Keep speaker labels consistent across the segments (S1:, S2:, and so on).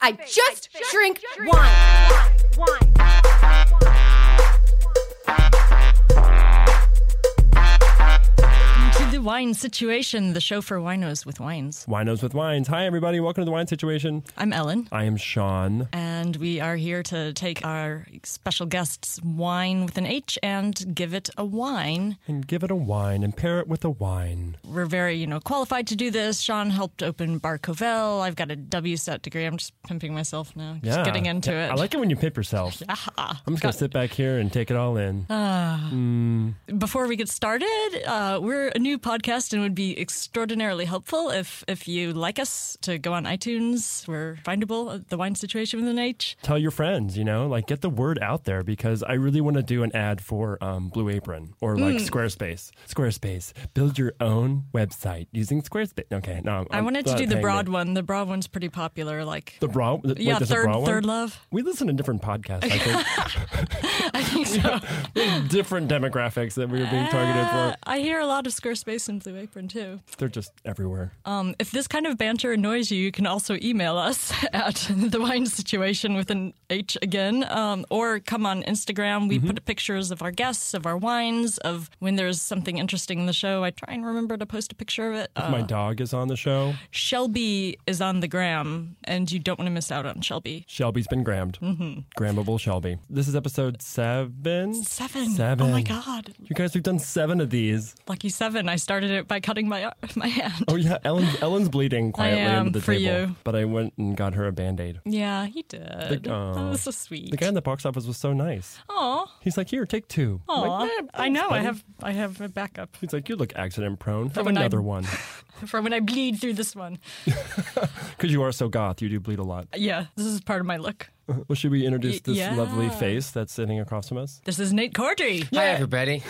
S1: I just
S2: just
S1: drink
S2: drink
S1: wine.
S2: Wine.
S3: to the wine situation, the show for winos with wines.
S4: Winos with Wines. Hi, everybody. Welcome to the Wine Situation.
S3: I'm Ellen,
S4: I am Sean.
S3: and we are here to take our special guest's wine with an H and give it a wine.
S4: And give it a wine and pair it with a wine.
S3: We're very, you know, qualified to do this. Sean helped open Bar Covell. I've got a WSET degree. I'm just pimping myself now, just
S4: Yeah.
S3: getting into it.
S4: I like it when you pimp yourself. I'm just going to sit back here and take it all in.
S3: Uh. before we get started, uh, we're a new podcast and would be extraordinarily helpful if if you like us to go on iTunes. We're findable at the wine situation with an H.
S4: Tell your friends, you know, like get the word out there because I really want to do an ad for um, Blue Apron or like
S3: Mm.
S4: Squarespace. Squarespace. Build your own website using Squarespace. Okay. No, I'm,
S3: I wanted to
S4: not
S3: do the
S4: paying
S3: broad
S4: me.
S3: one. The broad one's pretty popular. Like
S4: The broad, th-
S3: Yeah,
S4: wait, there's a
S3: third-
S4: broad one?
S3: third love.
S4: We listen to different podcasts. I think
S3: I think so.
S4: different demographics that we are being targeted for.
S3: Uh, I hear a lot of Squarespace and Blue Apron too.
S4: They're just everywhere.
S3: Um, if this kind of banter annoys you, you can also email us at the wine situation with an H again, um, or come on Instagram.
S4: Mm-hmm.
S3: We put pictures of our guests, of our wines, of when there's something interesting in the show. I try and remember to post a picture of it. Uh,
S4: My dog is on the show.
S3: Shelby is on the gram, and you don't want to miss out on Shelby.
S4: Shelby's been grammed. Mm-hmm. Grammable Shelby. This is episode seven.
S3: Seven.
S4: Seven.
S3: Oh my God.
S4: You guys, we've done seven of these.
S3: Lucky seven. I started it by cutting my ar- my hand.
S4: Oh yeah, Ellen, Ellen's bleeding quietly
S3: am,
S4: under the
S3: for
S4: table.
S3: you.
S4: But I went and got her a band aid.
S3: Yeah, he did. that
S4: oh.
S3: was so sweet.
S4: The guy in the box office was so nice.
S3: Aw.
S4: He's like, "Here, take two. I'm
S3: Aw.
S4: Like, "Eh,
S3: I know. I
S4: buddy."
S3: have I have a backup.
S4: He's like, "You look accident prone. Have
S3: when I-
S4: another one."
S3: from when I bleed through this one.
S4: Because you are so goth, you do bleed a lot.
S3: Yeah, this is part of my look.
S4: Well, should we introduce
S3: Y-
S4: this
S3: yeah.
S4: lovely face that's sitting across from us?
S3: This is Nate Cordry.
S5: Hi, everybody.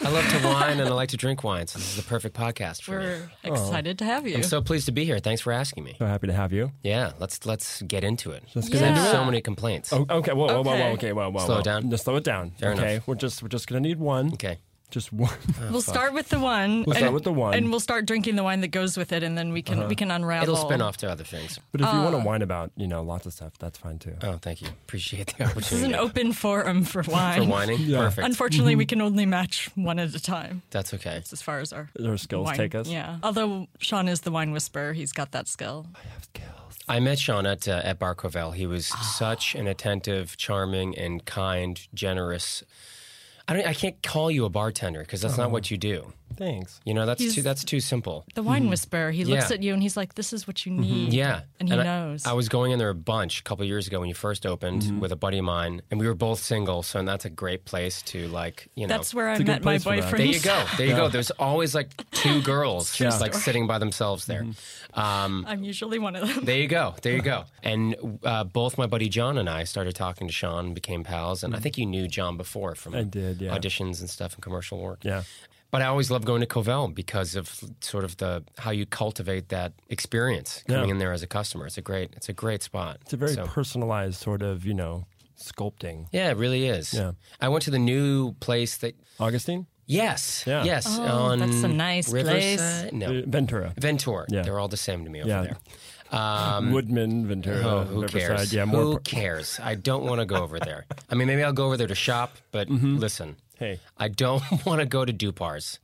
S5: I love to wine and I like to drink wine, so this is the perfect podcast for me.
S3: We're excited to have you.
S5: I'm so pleased to be here. Thanks for asking me.
S4: So happy to have you.
S5: Yeah, let's let's get into it. Because
S3: get
S5: I
S3: into
S5: have
S3: it.
S5: so many complaints.
S4: Oh, okay. Whoa, whoa, whoa,
S3: Okay.
S4: whoa. Okay, whoa, whoa.
S5: Slow it
S4: whoa.
S5: down.
S4: Just slow it down.
S5: Fair
S4: okay,
S5: enough.
S4: we're just we're just gonna need one.
S5: Okay.
S4: Just one.
S3: we'll start with the one.
S4: We'll start with the one. Uh-huh.
S3: and we'll start drinking the wine that goes with it, and then we can we can unravel.
S5: It'll spin off to other things.
S4: But if you
S5: Uh.
S4: want to whine about, you know, lots of stuff, that's fine too.
S5: Oh, thank you. Appreciate the opportunity.
S3: This is an open forum for wine. Mm-hmm.
S5: for whining. Perfect.
S3: Unfortunately, we can only match one at a time.
S5: That's okay.
S3: As far as our
S4: Their skills
S3: wine.
S4: take us.
S3: Yeah. Although Sean is the wine whisperer, he's got that skill.
S5: I met Sean at uh, at Bar Covell. He was
S3: Ah.
S5: such an attentive, charming, and kind, generous. I don't. I can't call you a bartender because that's not what you do.
S4: Thanks.
S5: You know, that's
S3: Oh. He's-
S5: too that's too simple.
S3: The wine
S4: Hmm.
S3: whisperer. He looks
S5: Yeah.
S3: at you and he's like, "This is what you
S4: Mm-hmm.
S3: need."
S5: Yeah,
S3: And he
S5: I-
S3: knows.
S5: I, was going in there a bunch a couple years ago when you first opened
S4: Mm-hmm.
S5: with a buddy of mine, and we were both single, so that's a great place to like you know.
S3: That's where I
S4: a good
S3: met my
S4: place for that.
S3: boyfriend.
S5: there you go. There you go. There's always like two girls just like sitting by themselves there.
S4: Mm-hmm.
S5: Um,
S3: I'm usually one of them.
S5: there you go. There you go. And uh, both my buddy John and I started talking to Sean, became pals, and I think you knew John before from
S4: Mm-hmm. I did, yeah.
S5: auditions and stuff and commercial work.
S4: Yeah.
S5: But I always love going to Covell because of sort of the how you cultivate that experience coming
S4: Yeah.
S5: in there as a customer. It's a great it's a great spot.
S4: It's a very
S5: So-
S4: personalized sort of, you know, sculpting.
S5: yeah, it really is.
S4: Yeah.
S5: I went to the new place that
S4: Augustine?
S5: yes,
S4: Yeah.
S5: yes,
S3: Oh,
S5: on
S3: that's a nice place.
S5: Riverside?
S4: Uh,
S5: No,
S4: Ventura.
S5: Ventura.
S4: Yeah.
S5: They're all the same to me over
S4: Yeah.
S5: there. Um,
S4: Mm. Woodman, Ventura,
S5: Oh, who
S4: Riverside.
S5: cares?
S4: Yeah, more
S5: who
S4: pro-
S5: cares? I don't want to go over there. I mean, maybe I'll go over there to shop, but listen,
S4: Mm-hmm. Hey.
S5: I don't want to go to Dupars.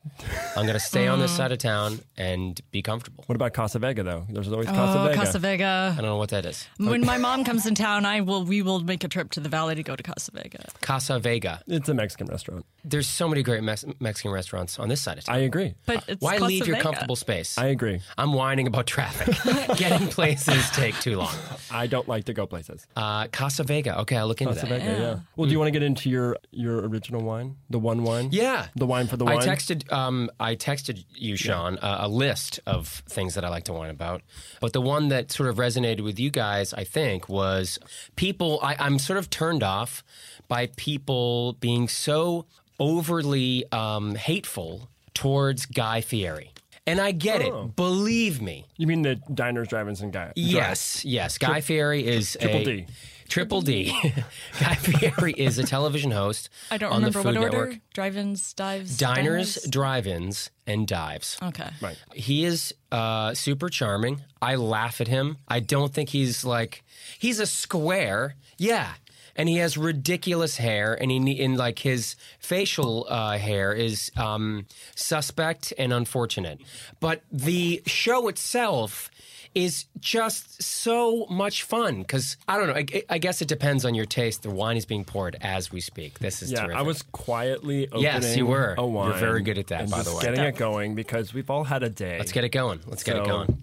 S5: I'm going to stay on
S3: Mm.
S5: this side of town and be comfortable.
S4: What about Casa Vega though? There's always Casa
S3: Oh,
S4: Vega.
S3: Casa Vega.
S5: I don't know what that is.
S3: When my mom comes in town, I will. We will make a trip to the valley to go to Casa Vega.
S5: Casa Vega.
S4: It's a Mexican restaurant.
S5: There's so many great Mex- Mexican restaurants on this side of town.
S4: I agree.
S3: But it's
S5: Why
S3: Casa
S5: leave your
S3: Vega.
S5: comfortable space?
S4: I agree.
S5: I'm whining about traffic. Getting places take too long.
S4: I don't like to go places.
S5: Uh, Casa Vega. Okay, I'll look into
S4: Casa
S5: that.
S4: Vega, yeah. Well, do you want to get into your your original wine? The one wine?
S5: Yeah.
S4: The wine for the wine?
S5: I texted um, I texted you, Sean, a, a list of things that I like to whine about. But the one that sort of resonated with you guys, I think, was people. I, I'm sort of turned off by people being so overly um, hateful towards Guy Fieri. And I get
S4: Oh.
S5: it. Believe me.
S4: You mean the diners, drive-ins, and guy?
S5: Yes, yes. Guy Fieri is
S4: Triple
S5: a,
S4: D.
S5: Triple D. Guy Fieri is a television host.
S3: I don't
S5: on
S3: remember
S5: the Food
S3: what order.
S5: Network.
S3: Drive-ins, dives,
S5: Diners, drive-ins, and dives.
S3: Okay.
S4: Right.
S5: He is uh, super charming. I laugh at him. I don't think he's like he's a square. Yeah. And he has ridiculous hair, and he ne- and like his facial uh, hair is um, suspect and unfortunate. But the show itself is just so much fun because I don't know. I, I guess it depends on your taste. The wine is being poured as we speak. This is
S4: Yeah,
S5: terrific.
S4: I was quietly opening.
S5: Yes, you were.
S4: A
S5: You're
S4: wine.
S5: very good at that,
S4: and
S5: by
S4: just
S5: the way.
S4: Getting it going because we've all had a day.
S5: Let's get it going. Let's get it
S4: So-
S5: going.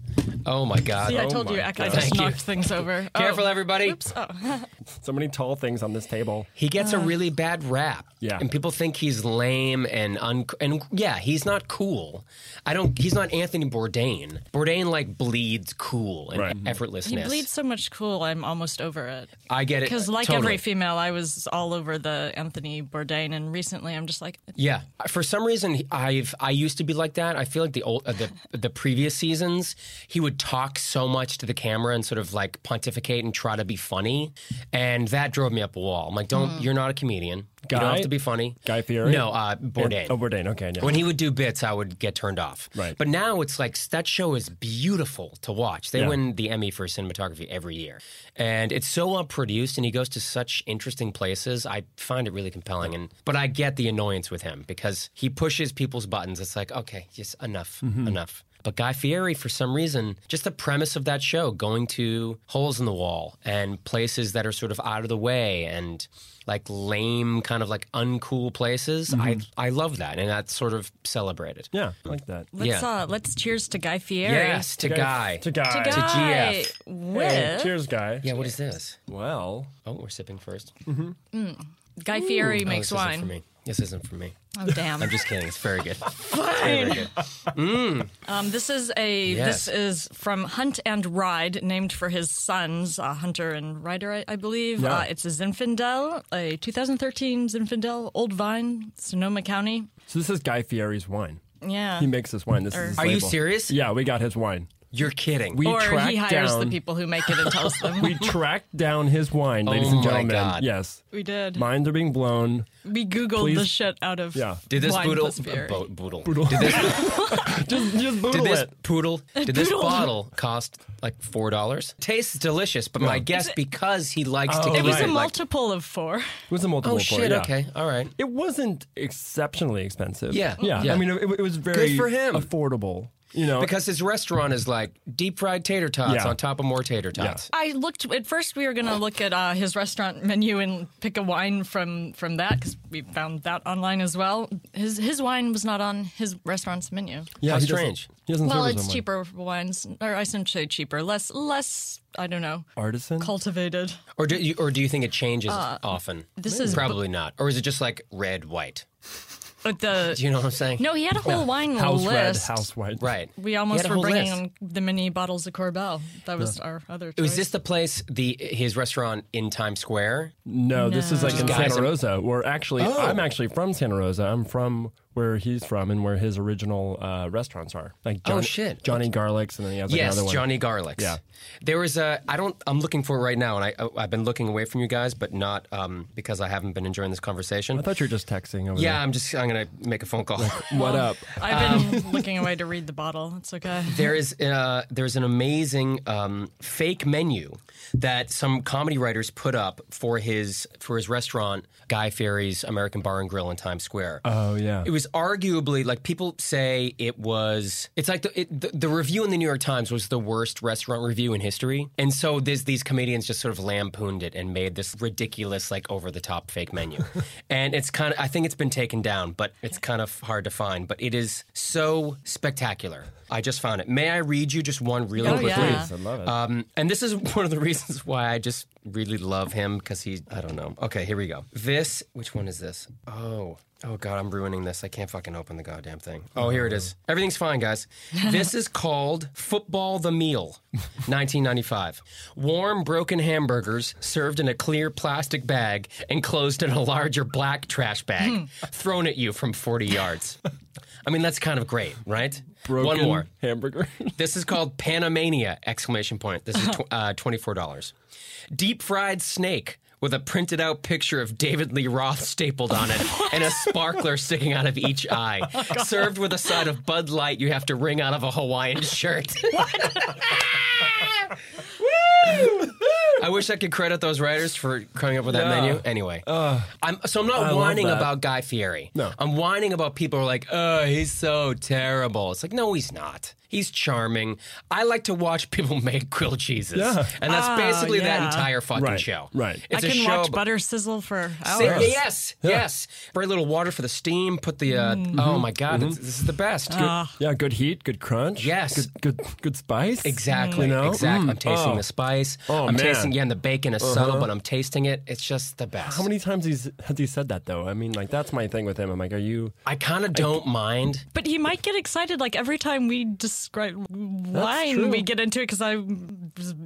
S5: Oh my God.
S3: See, I
S4: Oh
S3: told you,
S4: my
S3: I, I
S4: God.
S3: just
S5: Thank you.
S3: knocked things over.
S5: Careful,
S3: Oh.
S5: everybody.
S3: Oops. Oh.
S4: so many tall things on this table.
S5: He gets a really bad rap.
S4: Yeah.
S5: And people think he's lame and un and yeah, he's not cool. I don't he's not Anthony Bourdain. Bourdain like bleeds cool and
S4: Right.
S5: effortlessness.
S3: He bleeds so much cool, I'm almost over it.
S5: I get it.
S3: Because like
S5: totally.
S3: every female, I was all over the Anthony Bourdain, and recently I'm just like,
S5: Yeah. For some reason, I've I used to be like that. I feel like the old uh, the the previous seasons, he would talk so much to the camera and sort of like pontificate and try to be funny, and that drove me up a wall. I'm like, don't you're not a comedian. you don't
S4: Guy-
S5: have to be funny.
S4: Guy Fieri?
S5: No, uh, Bourdain.
S4: Oh, Bourdain. Okay. Yeah.
S5: When he would do bits, I would get turned off.
S4: Right.
S5: But now it's like that show is beautiful to watch. They
S4: Yeah.
S5: win the Emmy for cinematography every year, and it's so well produced. And he goes to such interesting places. I find it really compelling. And but I get the annoyance with him because he pushes people's buttons. It's like okay, just enough,
S4: Mm-hmm.
S5: enough. But Guy Fieri, for some reason, just the premise of that show, going to holes in the wall and places that are sort of out of the way and like lame, kind of like uncool places. I I love that, and that's sort of celebrated.
S4: Mm-hmm. yeah, I like that.
S3: let's
S5: Yeah.
S3: uh, let's cheers to Guy Fieri.
S5: Yes, to guy.
S4: To guy.
S3: To
S5: guy.
S3: Guy
S5: GF.
S3: with
S4: Hey, cheers, guy.
S5: Yeah. What is this?
S4: Well,
S5: Oh, we're sipping first.
S3: Guy Fieri
S5: Oh,
S3: makes
S5: this Isn't for
S3: wine.
S5: me. This isn't for me.
S3: Oh damn!
S5: I'm just kidding. It's very good. Very good.
S3: Um, this is a
S5: Yes.
S3: this is from Hunt and Ride, named for his sons, uh, Hunter and Ryder, I, I believe.
S4: Yeah.
S3: Uh, it's a Zinfandel, a 2013 Zinfandel, Old Vine, Sonoma County.
S4: so this is Guy Fieri's wine.
S3: Yeah.
S4: He makes this wine. This
S3: Er.
S4: is. His
S5: Are you
S4: label.
S5: serious?
S4: Yeah, we got his wine.
S5: You're kidding.
S4: We
S3: or
S4: tracked
S3: he hires
S4: down.
S3: the people who make it and tells them.
S4: We tracked down his wine, ladies
S5: Oh my
S4: and gentlemen.
S5: God.
S4: Yes,
S3: We did.
S4: minds are being blown.
S3: we Googled the
S4: Please-
S3: shit out of
S4: Yeah.
S5: did this
S3: wine
S5: boodle,
S3: plus beer.
S5: bo- boodle? Did this,
S4: Just, just boodle
S5: did this
S4: it.
S5: poodle? Did this
S3: Poodle.
S5: bottle cost like four dollars? Tastes delicious, but my guess because he likes to.
S4: Oh,
S5: get
S3: It was
S4: Right,
S3: a
S5: like-
S3: multiple of four.
S4: It was a multiple.
S5: oh
S4: pour,
S5: shit!
S4: yeah.
S5: Okay, all right.
S4: It wasn't exceptionally expentive.
S5: Yeah,
S4: yeah.
S5: yeah.
S4: I mean, it, it was very
S5: Good for him.
S4: affordable. You know,
S5: Because his restaurant is like deep fried tater tots
S4: Yeah.
S5: on top of more tater tots.
S3: I looked at first. We were going to look at uh, his restaurant menu and pick a wine from from that because we found that online as well. His his wine was not on his restaurant's menu.
S4: yeah,
S5: How
S4: he doesn't-
S5: strange.
S4: He doesn't
S3: Well,
S4: serve his
S3: it's
S4: own wine.
S3: cheaper wines, or I shouldn't say cheaper, less less. I don't know,
S4: Artisan.
S3: cultivated.
S5: Or do you, or do you think it changes often?
S3: this is-
S5: probably not. Or Uh, is it just like red white?
S3: But the
S5: Do you know what I'm saying?
S3: no, he had a whole wine
S4: house red,
S3: list.
S4: house white.
S5: Right.
S3: We
S5: He
S3: almost
S5: had a
S3: were
S5: whole
S3: bringing
S5: list.
S3: the mini bottles of Corbel. That was our other. Choice.
S5: Was this the place the his restaurant in Times Square?
S4: No, this is like in
S5: Guys,
S4: Santa
S5: I'm-
S4: Rosa. Where actually,
S5: Oh.
S4: I'm actually from Santa Rosa. I'm from where he's from and where his original uh, restaurants are. Like Johnny,
S5: Oh, shit.
S4: Johnny Garlic's, and then he has like
S5: yes,
S4: another one.
S5: Johnny Garlic's.
S4: Yeah.
S5: There was a I don't I'm looking for it right now and I I- I've been looking away from you guys but not um, because I haven't been enjoying this
S4: I
S5: conversation.
S4: thought you were just texting over
S5: Yeah, Um, I'm just I'm going to make a phone call.
S4: there. What up?
S3: I've
S4: Um,
S3: been looking away to read the bottle. It's okay.
S5: there is uh, there's an amazing um, fake menu that some comedy writers put up for his for his restaurant Guy Fieri's American Bar and Grill in Times Square.
S4: Oh yeah.
S5: It was arguably like people say it was. It's like the, it, the the review in the New York Times was the worst restaurant review in history, and so there's these comedians just sort of lampooned it and made this ridiculous, like over the top fake menu, and it's kind of. I think it's been taken down, but it's kind of hard to find. But it is so spectacular. I just found it. May I read you just one really
S3: Oh,
S5: quickly?
S3: yeah.
S4: I love it.
S5: Um, and this is one of the reasons why I just really love him because he, I don't know. Okay, here we go. This, which one is this? Oh, oh God, I'm ruining this. I can't fucking open the goddamn thing. Oh, here it is. Everything's fine, guys. this is called Football the Meal, 1995. Warm, broken hamburgers served in a clear plastic bag enclosed in a larger black trash bag thrown at you from 40 yards. I mean, that's kind of great, right?
S4: Broken
S5: One more.
S4: hamburger.
S5: This is called Panamania! Exclamation point. This is
S4: Uh-huh.
S5: tw- uh, twenty four dollars. Deep fried snake with a printed out picture of David Lee Roth stapled on it and a sparkler sticking out of each
S4: Oh
S5: eye. Served with a side of Bud Light, you have to wring out of a Hawaiian shirt. I wish I could credit those writers for coming up with that
S4: Yeah. Uh,
S5: menu. Anyway, I'm, so I'm not
S4: love
S5: whining
S4: that.
S5: about Guy Fieri.
S4: No.
S5: I'm whining about people who are like, oh, he's so terrible. It's like, no, he's not. He's charming. I like to watch people make grilled cheeses,
S4: Yeah.
S5: and that's
S3: Ah,
S5: basically that
S3: yeah.
S5: entire fucking
S4: Right,
S5: show.
S4: right.
S5: It's
S3: I
S5: a
S3: can
S5: show
S3: watch
S5: ab-
S3: butter sizzle for
S5: Say-
S3: hours.
S5: Yes, yes. Very little water for the steam. Put the uh,
S3: Mm-hmm.
S5: oh my god, it's- this is the best.
S3: Ah.
S4: yeah, Mm-hmm. good heat, good crunch.
S5: Yes.
S4: Good good good spice.
S5: Exactly.
S4: You know?
S5: Exactly.
S4: Mm.
S5: I'm tasting
S4: Oh.
S5: the spice.
S4: Oh,
S5: I'm
S4: man. Uh-huh.
S5: tasting yeah, and the bacon is subtle, but I'm tasting it. It's just the best.
S4: How many times he's, has he said that though? I mean, like that's my thing with him. I'm like, are you?
S5: I kind of don't mind.
S3: But he might get excited like every time we describe
S4: true.
S3: wine, we get into it because I,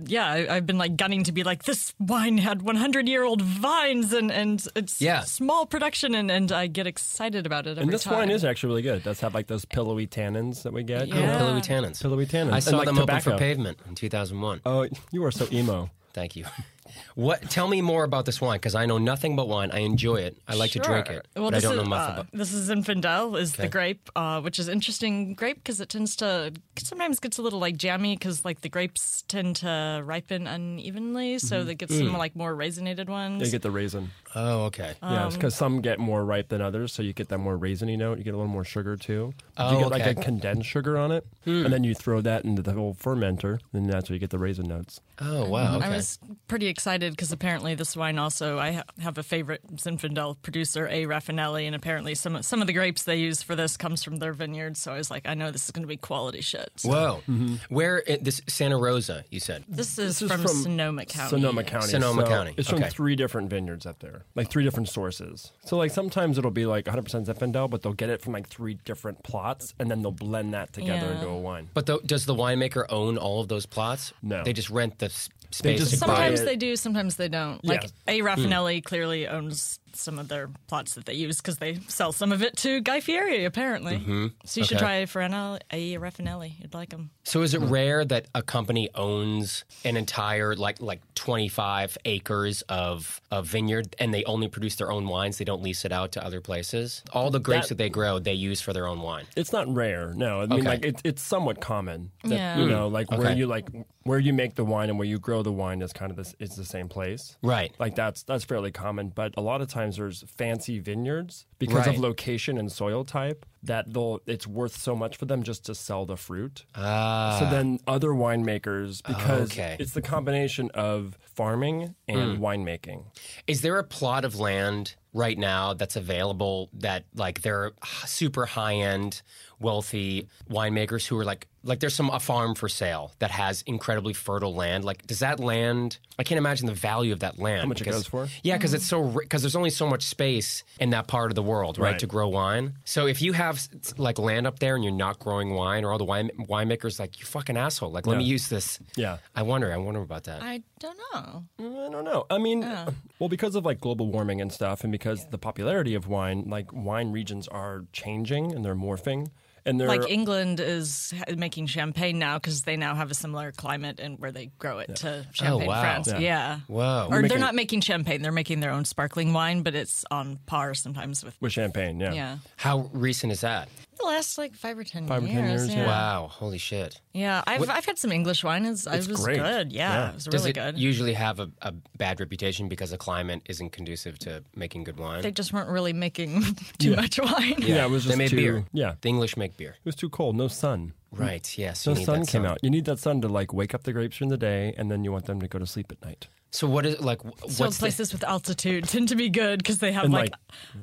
S3: yeah, I, I've been like gunning to be like this wine had 100 year old vines and and it's
S5: Yeah.
S3: small production and and I get excited about it. Every
S4: And this
S3: time.
S4: wine is actually really good. Does have like those pillowy tannins that we get. you know?
S3: Yeah.
S5: Pillowy tannins.
S4: Pillowy tannins.
S5: I
S4: And,
S5: saw
S4: like,
S5: them open for
S4: tobacco.
S5: pavement in 2001.
S4: Oh, you are so emo.
S5: Thank you. What? Tell me more about this wine because I know nothing but wine. I enjoy it. I like to drink
S3: Sure.
S5: it,
S3: Well,
S5: but I
S3: this
S5: don't know
S3: is,
S5: much
S3: uh,
S5: about.
S3: This is Infandel, is the grape, uh, which is interesting grape because it tends to sometimes gets a little like jammy because like the grapes tend to ripen unevenly,
S5: Mm-hmm.
S3: so they get
S5: Mm.
S3: some like more raisinated ones.
S4: You get the raisin.
S5: Oh, okay.
S3: uh,
S4: Yeah, because some get more ripe than others, so you get that more raisiny note. You get a little more sugar too. But
S5: Oh,
S4: you get like
S5: okay. Hmm.
S4: a condensed sugar on it, and then you throw that into the whole fermenter, and that's where you get the raisin notes.
S5: Oh, wow. Okay.
S3: I was pretty excited because apparently this wine also I ha- have a favorite Zinfandel producer, A. Raffinelli, and apparently some some of the grapes they use for this comes from their vineyard. So I was like, I know this is going to be quality shit. So
S5: Whoa.
S4: Mm-hmm.
S5: Where i- this Santa Rosa? You said.
S3: this is, from, Sonoma County.
S4: Sonoma County.
S5: Sonoma
S4: So
S5: County,
S4: It's
S5: okay.
S4: from three different vineyards up there, like three different sources. So like sometimes it'll be like 100% Zinfandel, but they'll get it from like three different plots, and then they'll blend that together
S3: Yeah.
S4: into a wine.
S5: But the, does the winemaker own all of those plots?
S4: No.
S5: They just rent the s- space.
S4: just
S5: to
S4: buy
S5: buy
S4: it.
S5: it.
S3: Sometimes they do, sometimes they don't. Like
S4: Yeah.
S3: A. Raffinelli clearly owns some of their plots that they use because they sell some of it to Guy Fieri, apparently. So you should try
S5: Okay.
S3: Ferranelli, A. Raffinelli. You'd like them.
S5: So is it
S4: Mm-hmm.
S5: rare that a company owns an entire like like 25 acres of a vineyard and they only produce their own wines? They don't lease it out to other places. All the grapes that,
S4: That-
S5: they grow, they use for their own wine.
S4: It's not rare, no. I mean,
S5: Okay.
S4: like it, it's somewhat common. That,
S3: Yeah.
S4: You know, like where
S5: Okay.
S4: you like where you make the wine and where you grow the wine is kind of this. It's the same place,
S5: Right.
S4: Like that's that's fairly common. But a lot of times there's fancy vineyards because
S5: Right.
S4: of location and soil type that they'll it's worth so much for them just to sell the fruit.
S5: Ah.
S4: So then other winemakers, because
S5: Okay. Mm.
S4: it's the combination of farming and winemaking.
S5: Is there a plot of land right now that's available that like there are h- super high end wealthy winemakers who are like like there's some a farm for sale that has incredibly fertile land like does that land I can't imagine the value of that land how
S4: much it goes for?
S5: yeah because it's so because there's only so much space in that part of the world right,
S4: Right.
S5: to grow wine so if you have s- like land up there and you're not growing wine or all the wine winemakers like you fucking asshole like let me use this
S4: Yeah.
S5: I wonder I wonder about that
S3: I don't know.
S4: I don't know. I mean, well, because of like global warming and stuff, and because the popularity of wine, like wine regions are changing and they're morphing, and they're
S3: Like England is ha- making champagne now because they now have a similar climate and where they grow it to champagne
S5: wow.
S3: France. Yeah.
S5: Whoa.
S3: Or they're not making champagne; they're making their own sparkling wine, but it's on par sometimes with
S4: with champagne. Yeah.
S3: yeah.
S5: how recent is that
S3: The last like five or ten
S4: Five or 10 years, yeah.
S5: wow holy shit
S3: Yeah, I've I've had some English wine. It's, it was
S4: great.
S3: good. Yeah, it was
S5: Does
S3: really
S5: it
S3: good.
S5: usually have a, a bad reputation because the climate isn't conducive to making good wine?
S3: they just weren't really making too much wine.
S4: Yeah, it was
S5: They
S4: just
S5: made
S4: too,
S5: beer.
S4: Yeah, it
S5: the English make beer.
S4: was too cold. No sun.
S5: Right, yes.
S4: No
S5: you need
S4: sun
S5: that
S4: came out. You need that sun to like wake up the grapes during the day, and then you want them to go to sleep at night.
S5: So what is, like, wh-
S3: So
S5: what's the
S3: places with altitude tend to be good because they have like,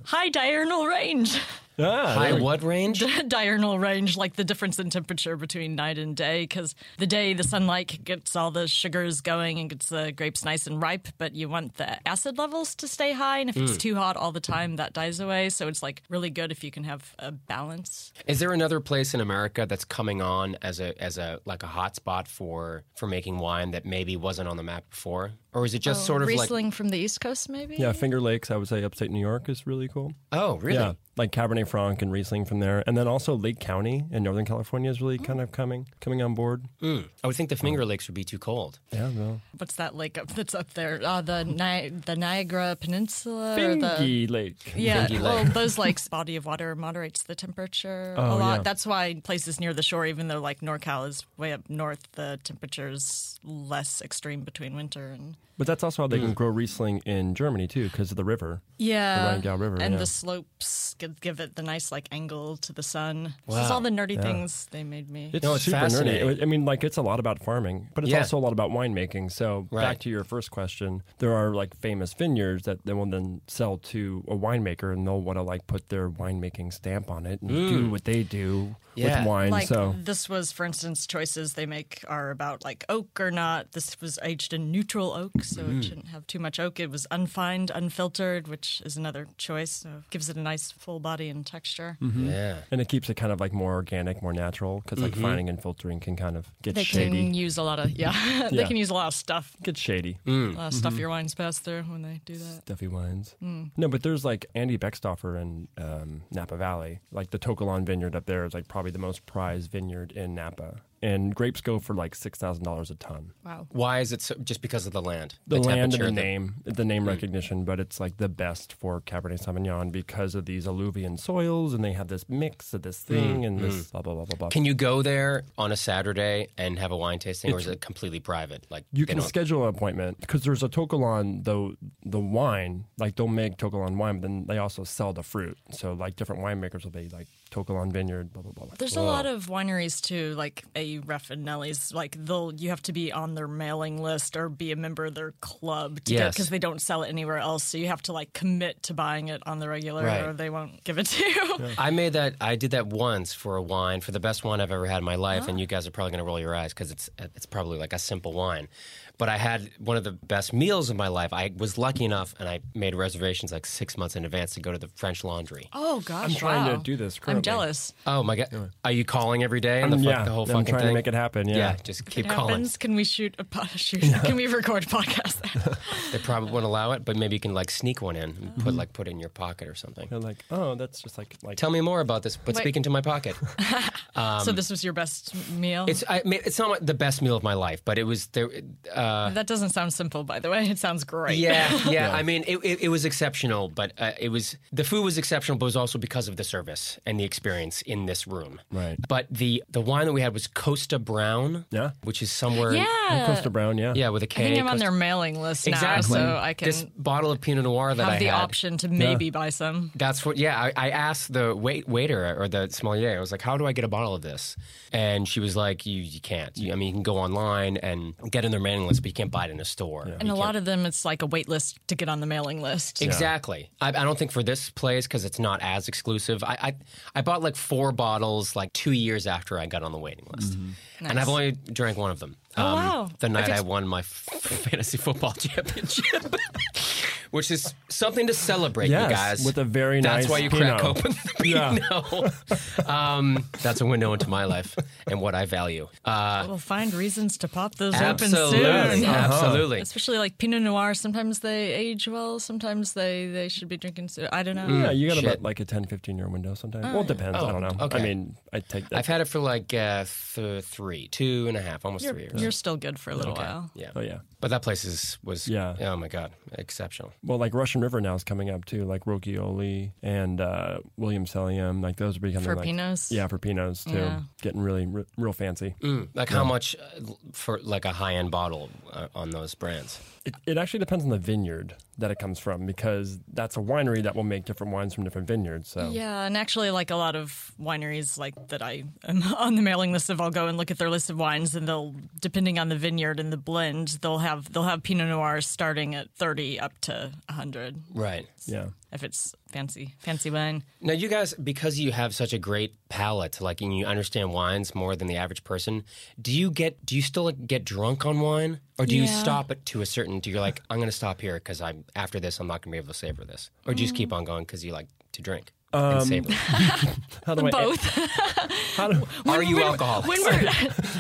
S3: high diurnal range,
S4: Ah,
S5: high what range?
S3: diurnal range, like the difference in temperature between night and day. Because the day the sunlight gets all the sugars going and gets the grapes nice and ripe, but you want the acid levels to stay high. And if it's too hot all the time, that dies away. So it's like really good if you can have a balance.
S5: Is there another place in America that's coming on as a, as a, like a hot spot for, for making wine that maybe wasn't on the map before? Or is it
S3: Oh,
S5: just sort of like,
S3: Riesling from the East Coast, maybe.
S4: yeah, Finger Lakes. I would say upstate New York is really cool.
S5: oh, really?
S4: Yeah, like Cabernet Franc and Riesling from there, and then also Lake County in Northern California is really kind of coming coming on board.
S3: Mm.
S5: Mm. I would think the
S4: Mm.
S5: Finger Lakes would be too cold.
S4: Yeah, well,
S3: What's that lake up that's up there? Uh, the Ni- the Niagara Peninsula or the
S4: Fingy Lake.
S3: yeah,
S5: Fingy
S3: well,
S5: Lake.
S3: those lakes body of water moderates the temperature a
S4: Oh,
S3: lot.
S4: yeah.
S3: That's why places near the shore, even though like NorCal is way up north, the temperature's less extreme between winter and
S4: But that's also how they
S5: Mm.
S4: can grow Riesling in Germany too, because of the river.
S3: yeah,
S4: Rheingau River,
S3: and
S4: yeah.
S3: the slopes give, give it the nice like angle to the sun. Wow. It's all the nerdy things they made me.
S4: It's
S5: No, it's
S4: super
S5: fascinating.
S4: nerdy. I mean, like it's a lot about farming, but it's
S5: Yeah.
S4: also a lot about winemaking. So back
S5: Right.
S4: to your first question, there are like famous vineyards that they will then sell to a winemaker, and they'll want to like put their winemaking stamp on it and do what they do
S5: Mm. Yeah.
S4: with wine.
S3: like
S4: so
S3: this was for instance choices they make are about like oak or not this was aged in neutral oak so
S4: Mm-hmm.
S3: it shouldn't have too much oak it was unfined unfiltered which is another choice so gives it a nice full body and texture
S4: Mm-hmm.
S5: Yeah.
S4: and it keeps it kind of like more organic, more natural, because like
S5: Mm-hmm.
S4: fining and filtering can kind of get
S3: they
S4: shady.
S3: can use a lot of yeah, they
S4: Yeah. Mm. Mm-hmm.
S3: can use a lot of stuff
S4: Get shady.
S3: a lot of stuff your wines pass through when they do that
S4: Duffy wines. No, but there's like Andy Beckstoffer in um, Napa Valley. Like the Tokelon vineyard up there is like probably the most prized vineyard in Napa. And grapes go for like six thousand dollars a ton.
S3: wow
S5: Why is it so, just because of the land?
S4: The, land and
S5: temperature,
S4: the Hmm. name, the name recognition, but it's like the best for Cabernet Sauvignon because of these alluvian soils, and they have this mix of this thing and this blah blah blah blah blah.
S5: Can you go there on a Saturday and have a wine tasting, or is it completely private? Like
S4: You
S5: they
S4: can
S5: don't-
S4: schedule an appointment because there's a Tokelon though the wine like they'll make Tokelon wine, but then they also sell the fruit. So like different winemakers will be like Tokelon Vineyard, blah blah blah. blah.
S3: There's a lot of wineries too, like a Raffinelli's. Like they'll you have to be on their mailing list or be a member of their club to
S5: Yes.
S3: because they don't sell it anywhere else. So you have to like commit to buying it on the regular,
S5: Right.
S3: or they won't give it to you.
S5: I made that. I did that once for a wine, for the best wine I've ever had in my life,
S4: Ah.
S5: and you guys are probably going to roll your eyes because it's it's probably like a simple wine. But I had one of the best meals of my life. I was lucky enough, and I made reservations like six months in advance to go to the French Laundry.
S3: Oh gosh,
S4: I'm trying to
S3: wow.
S4: do this
S3: I'm
S4: currently.
S3: jealous.
S5: Oh my god! Are you calling every day? And the,
S4: Um,
S5: fuck-
S4: yeah,
S5: the whole
S4: I'm
S5: fucking
S4: trying to
S5: thing.
S4: make it happen, yeah.
S5: just
S3: If
S5: keep
S3: it
S5: calling.
S3: happens, can we shoot a pod- shoot? Can we record a podcast?
S5: They probably won't allow it, but maybe you can like sneak one in and
S4: Mm-hmm.
S5: put like put it in your pocket or something.
S4: They're like, oh, that's just like like
S5: Tell me more about this, but
S3: Wait.
S5: speak into my pocket.
S3: so this was your best meal.
S5: Um, It's I, mean, it's not my- the best meal of my life, but it was there. Uh,
S3: that doesn't sound simple, by the way. It sounds great.
S5: yeah, yeah, I mean, it, it, it was exceptional, but uh, it was the food was exceptional, but it was also because of the service and the experience in this room.
S4: Right.
S5: But the the wine that we had was Costa Brown.
S4: Yeah.
S5: Which is somewhere.
S3: Yeah.
S4: Costa Brown, yeah.
S5: Yeah, with a K.
S3: I think I'm on
S5: Costa-
S3: their mailing list now,
S5: Exactly.
S3: so I can
S5: This bottle of Pinot Noir that I
S3: have the
S5: had.
S3: option to maybe buy some.
S5: That's what. Yeah, I, I asked the wait waiter or the sommelier. I was like, "How do I get a bottle of this?" And she was like, "You, you can't. You, I mean, you can go online and get in their mailing list, but you can't buy it in a store."
S3: And a lot of them, it's like a wait list to get on the mailing list.
S5: Exactly. I, I don't think for this place because it's not as exclusive. I, I I bought like four bottles like two years after I got on the waiting list,
S4: Mm-hmm.
S5: and I've only drank one of them. Oh,
S3: wow.
S5: The night
S3: Okay.
S5: I won my f- fantasy football championship, which is something to celebrate,
S4: Yes,
S5: you guys.
S4: with a very
S5: that's
S4: nice
S5: why you
S4: Pinot.
S5: crack open the
S4: Yeah.
S5: Pinot. um, that's a window into my life and what I value. Uh,
S3: We'll find reasons to pop those open
S5: absolutely,
S3: soon.
S4: uh-huh.
S5: absolutely.
S3: Especially like Pinot Noir, sometimes they age well, sometimes they, they should be drinking. So I don't know.
S4: Yeah, you got
S5: Shit. Oh,
S4: about like a 10, 15 year window sometimes. well, it depends. I don't know.
S5: okay.
S4: I mean, I take that.
S5: I've had it for like uh, th- three, two and a half, almost
S3: You're,
S5: three years.
S3: you're still good for a little while.
S5: Yeah.
S4: oh yeah.
S5: But that place is was
S4: Yeah.
S5: Oh my god, exceptional.
S4: Well, like Russian River now is coming up too, like Rokioli and uh, William Sellium. Like those are becoming
S3: For
S4: like,
S3: Pinots?
S4: Yeah, for Pinots too.
S3: Yeah.
S4: Getting really r- real fancy.
S5: Like how much uh, l- for like a high end bottle uh, on those brands?
S4: It, it actually depends on the vineyard that it comes from because that's a winery that will make different wines from different vineyards. So
S3: Yeah, and actually, like a lot of wineries, like that I am on the mailing list of, I'll go and look at their list of wines, and they'll, depending on the vineyard and the blend, they'll have they'll have Pinot Noirs starting at thirty up to hundred
S5: Right.
S4: yeah.
S3: if it's fancy fancy wine.
S5: Now you guys, because you have such a great palate, like and you understand wines more than the average person, do you get do you still like, get drunk on wine, or do you
S3: Yeah.
S5: stop at to a certain? Do you
S3: Mm.
S5: like I'm going to stop here because I'm after this I'm not going to be able to savor this, or do you just keep on going because you like to drink?
S3: Um,
S5: and savory?
S4: How do I
S3: Both.
S4: How do,
S5: Are you
S3: When-
S5: alcoholics?
S3: When, we're,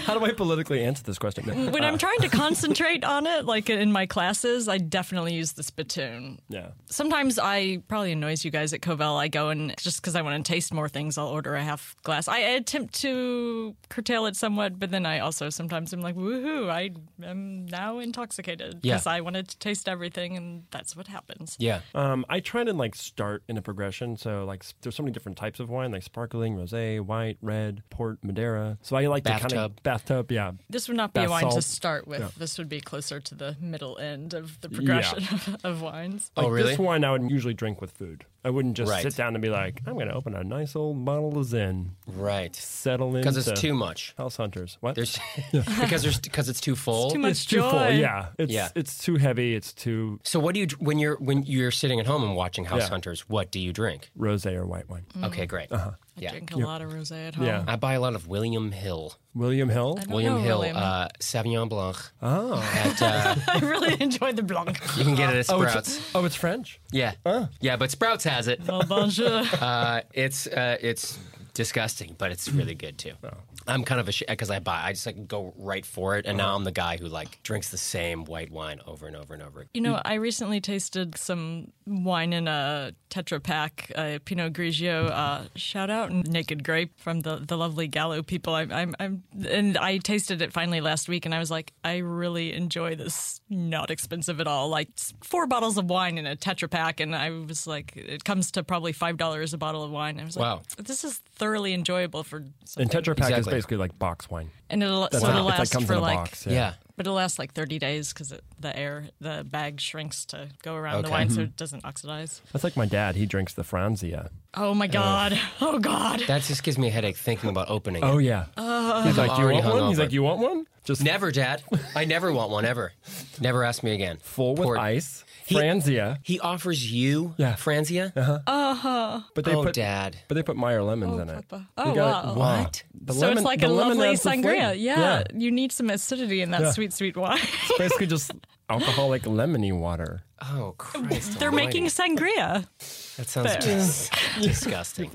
S4: how do I politically answer this question?
S3: when
S5: Uh.
S3: I'm trying to concentrate on it, like in my classes, I definitely use the spittoon.
S4: yeah.
S3: Sometimes I probably annoys you guys at Covell. I go and just because I want to taste more things, I'll order a half glass. I attempt to curtail it somewhat, but then I also sometimes am like, woohoo, I am now intoxicated because
S5: Yeah.
S3: I wanted to taste everything, and that's what happens.
S5: yeah.
S4: Um, I try to like start in a progression. So like, s- there's so many different types of wine, like sparkling, rosé, white, red, port, Madeira. So I like to kind
S5: Bathtub.
S4: of bathtub. Yeah,
S3: This would not be a
S4: Bath
S3: wine to
S4: salt.
S3: start with. This would be closer to the middle end of the progression of wines.
S5: Oh,
S4: Like,
S5: really?
S4: This wine I would usually drink with food. I wouldn't just
S5: Right.
S4: sit down and be like, I'm going to open a nice old bottle of Zen,
S5: Right.
S4: settle in
S5: Because it's too much.
S4: House Hunters. What?
S5: There's because there's because it's too full.
S3: too much
S4: it's too
S3: joy.
S4: full. Yeah. It's
S5: Yeah.
S4: it's too heavy. It's too
S5: So what do you when you're when you're sitting at home and watching House
S4: Yeah.
S5: Hunters? What do you drink?
S4: rosé or white wine.
S5: Okay, great.
S3: Mm.
S4: Uh-huh.
S3: I
S5: Yeah,
S3: drink a lot of rosé at home.
S4: Yeah.
S5: I buy a lot of William Hill.
S4: William Hill.
S3: don't
S5: William
S3: know
S5: Hill,
S3: William.
S5: Uh, Sauvignon Blanc. Oh, at, uh,
S3: I really enjoy the blanc.
S5: you can get it at
S4: Oh,
S5: Sprouts.
S4: it's, oh, it's French.
S5: yeah, yeah, but Sprouts has it.
S4: Oh.
S3: Well, bonjour.
S5: Uh, it's uh, it's disgusting, but it's really good too.
S4: Oh.
S5: I'm kind of a because I buy. I just like go right for it, and
S4: Uh-huh.
S5: now I'm the guy who like drinks the same white wine over and over and over.
S3: You
S4: Mm.
S3: know, I recently tasted some wine in a Tetra Pak, a Pinot Grigio. Uh, shout out Naked Grape from the, the lovely Gallo people. I'm, I'm, I'm, and I tasted it finally last week, and I was like, I really enjoy this. Not expensive at all. Like s- four bottles of wine in a Tetra Pak, and I was like, it comes to probably five dollars a bottle of wine. I was like,
S5: Wow.
S3: this is thoroughly enjoyable for
S4: And
S3: something.
S4: Tetra Pak is
S5: Exactly.
S4: basically like box wine.
S3: and it'll so it'll
S4: what it- it's, like,
S3: last
S4: comes
S3: for
S4: in a
S3: like
S4: box.
S5: Yeah.
S3: but it'll last like 30 days because the air, the bag shrinks to go around the
S5: Okay.
S3: wine so it doesn't oxidize.
S4: That's like my dad. He drinks the Franzia.
S3: Oh my God. oh God.
S5: that just gives me a headache thinking about opening. it.
S4: Oh yeah. He's like, do you
S5: already
S4: want one? He's
S5: hungover.
S4: like, you want one? Just
S5: Never, Dad. I never want one ever. Never ask me again.
S4: full with
S5: Poor-
S4: ice,
S5: He-
S4: Franzia.
S5: He offers you
S4: Yeah. Uh-huh.
S5: Franzia?
S3: Uh-huh.
S4: But they
S5: Oh,
S4: put
S5: Dad.
S4: but they put Meyer lemons in it.
S3: Oh,
S4: You got-
S3: wow.
S5: What?
S4: The
S3: so
S4: lemon-
S3: it's like a
S4: the lemon
S3: lovely
S4: adds the
S3: sangria.
S4: flavor.
S3: Yeah, You need some acidity in that
S4: Yeah.
S3: sweet, sweet wine.
S4: It's basically just alcoholic lemony water.
S5: Oh, Christ.
S3: They're
S5: almighty.
S3: making sangria.
S5: That sounds dis- disgusting.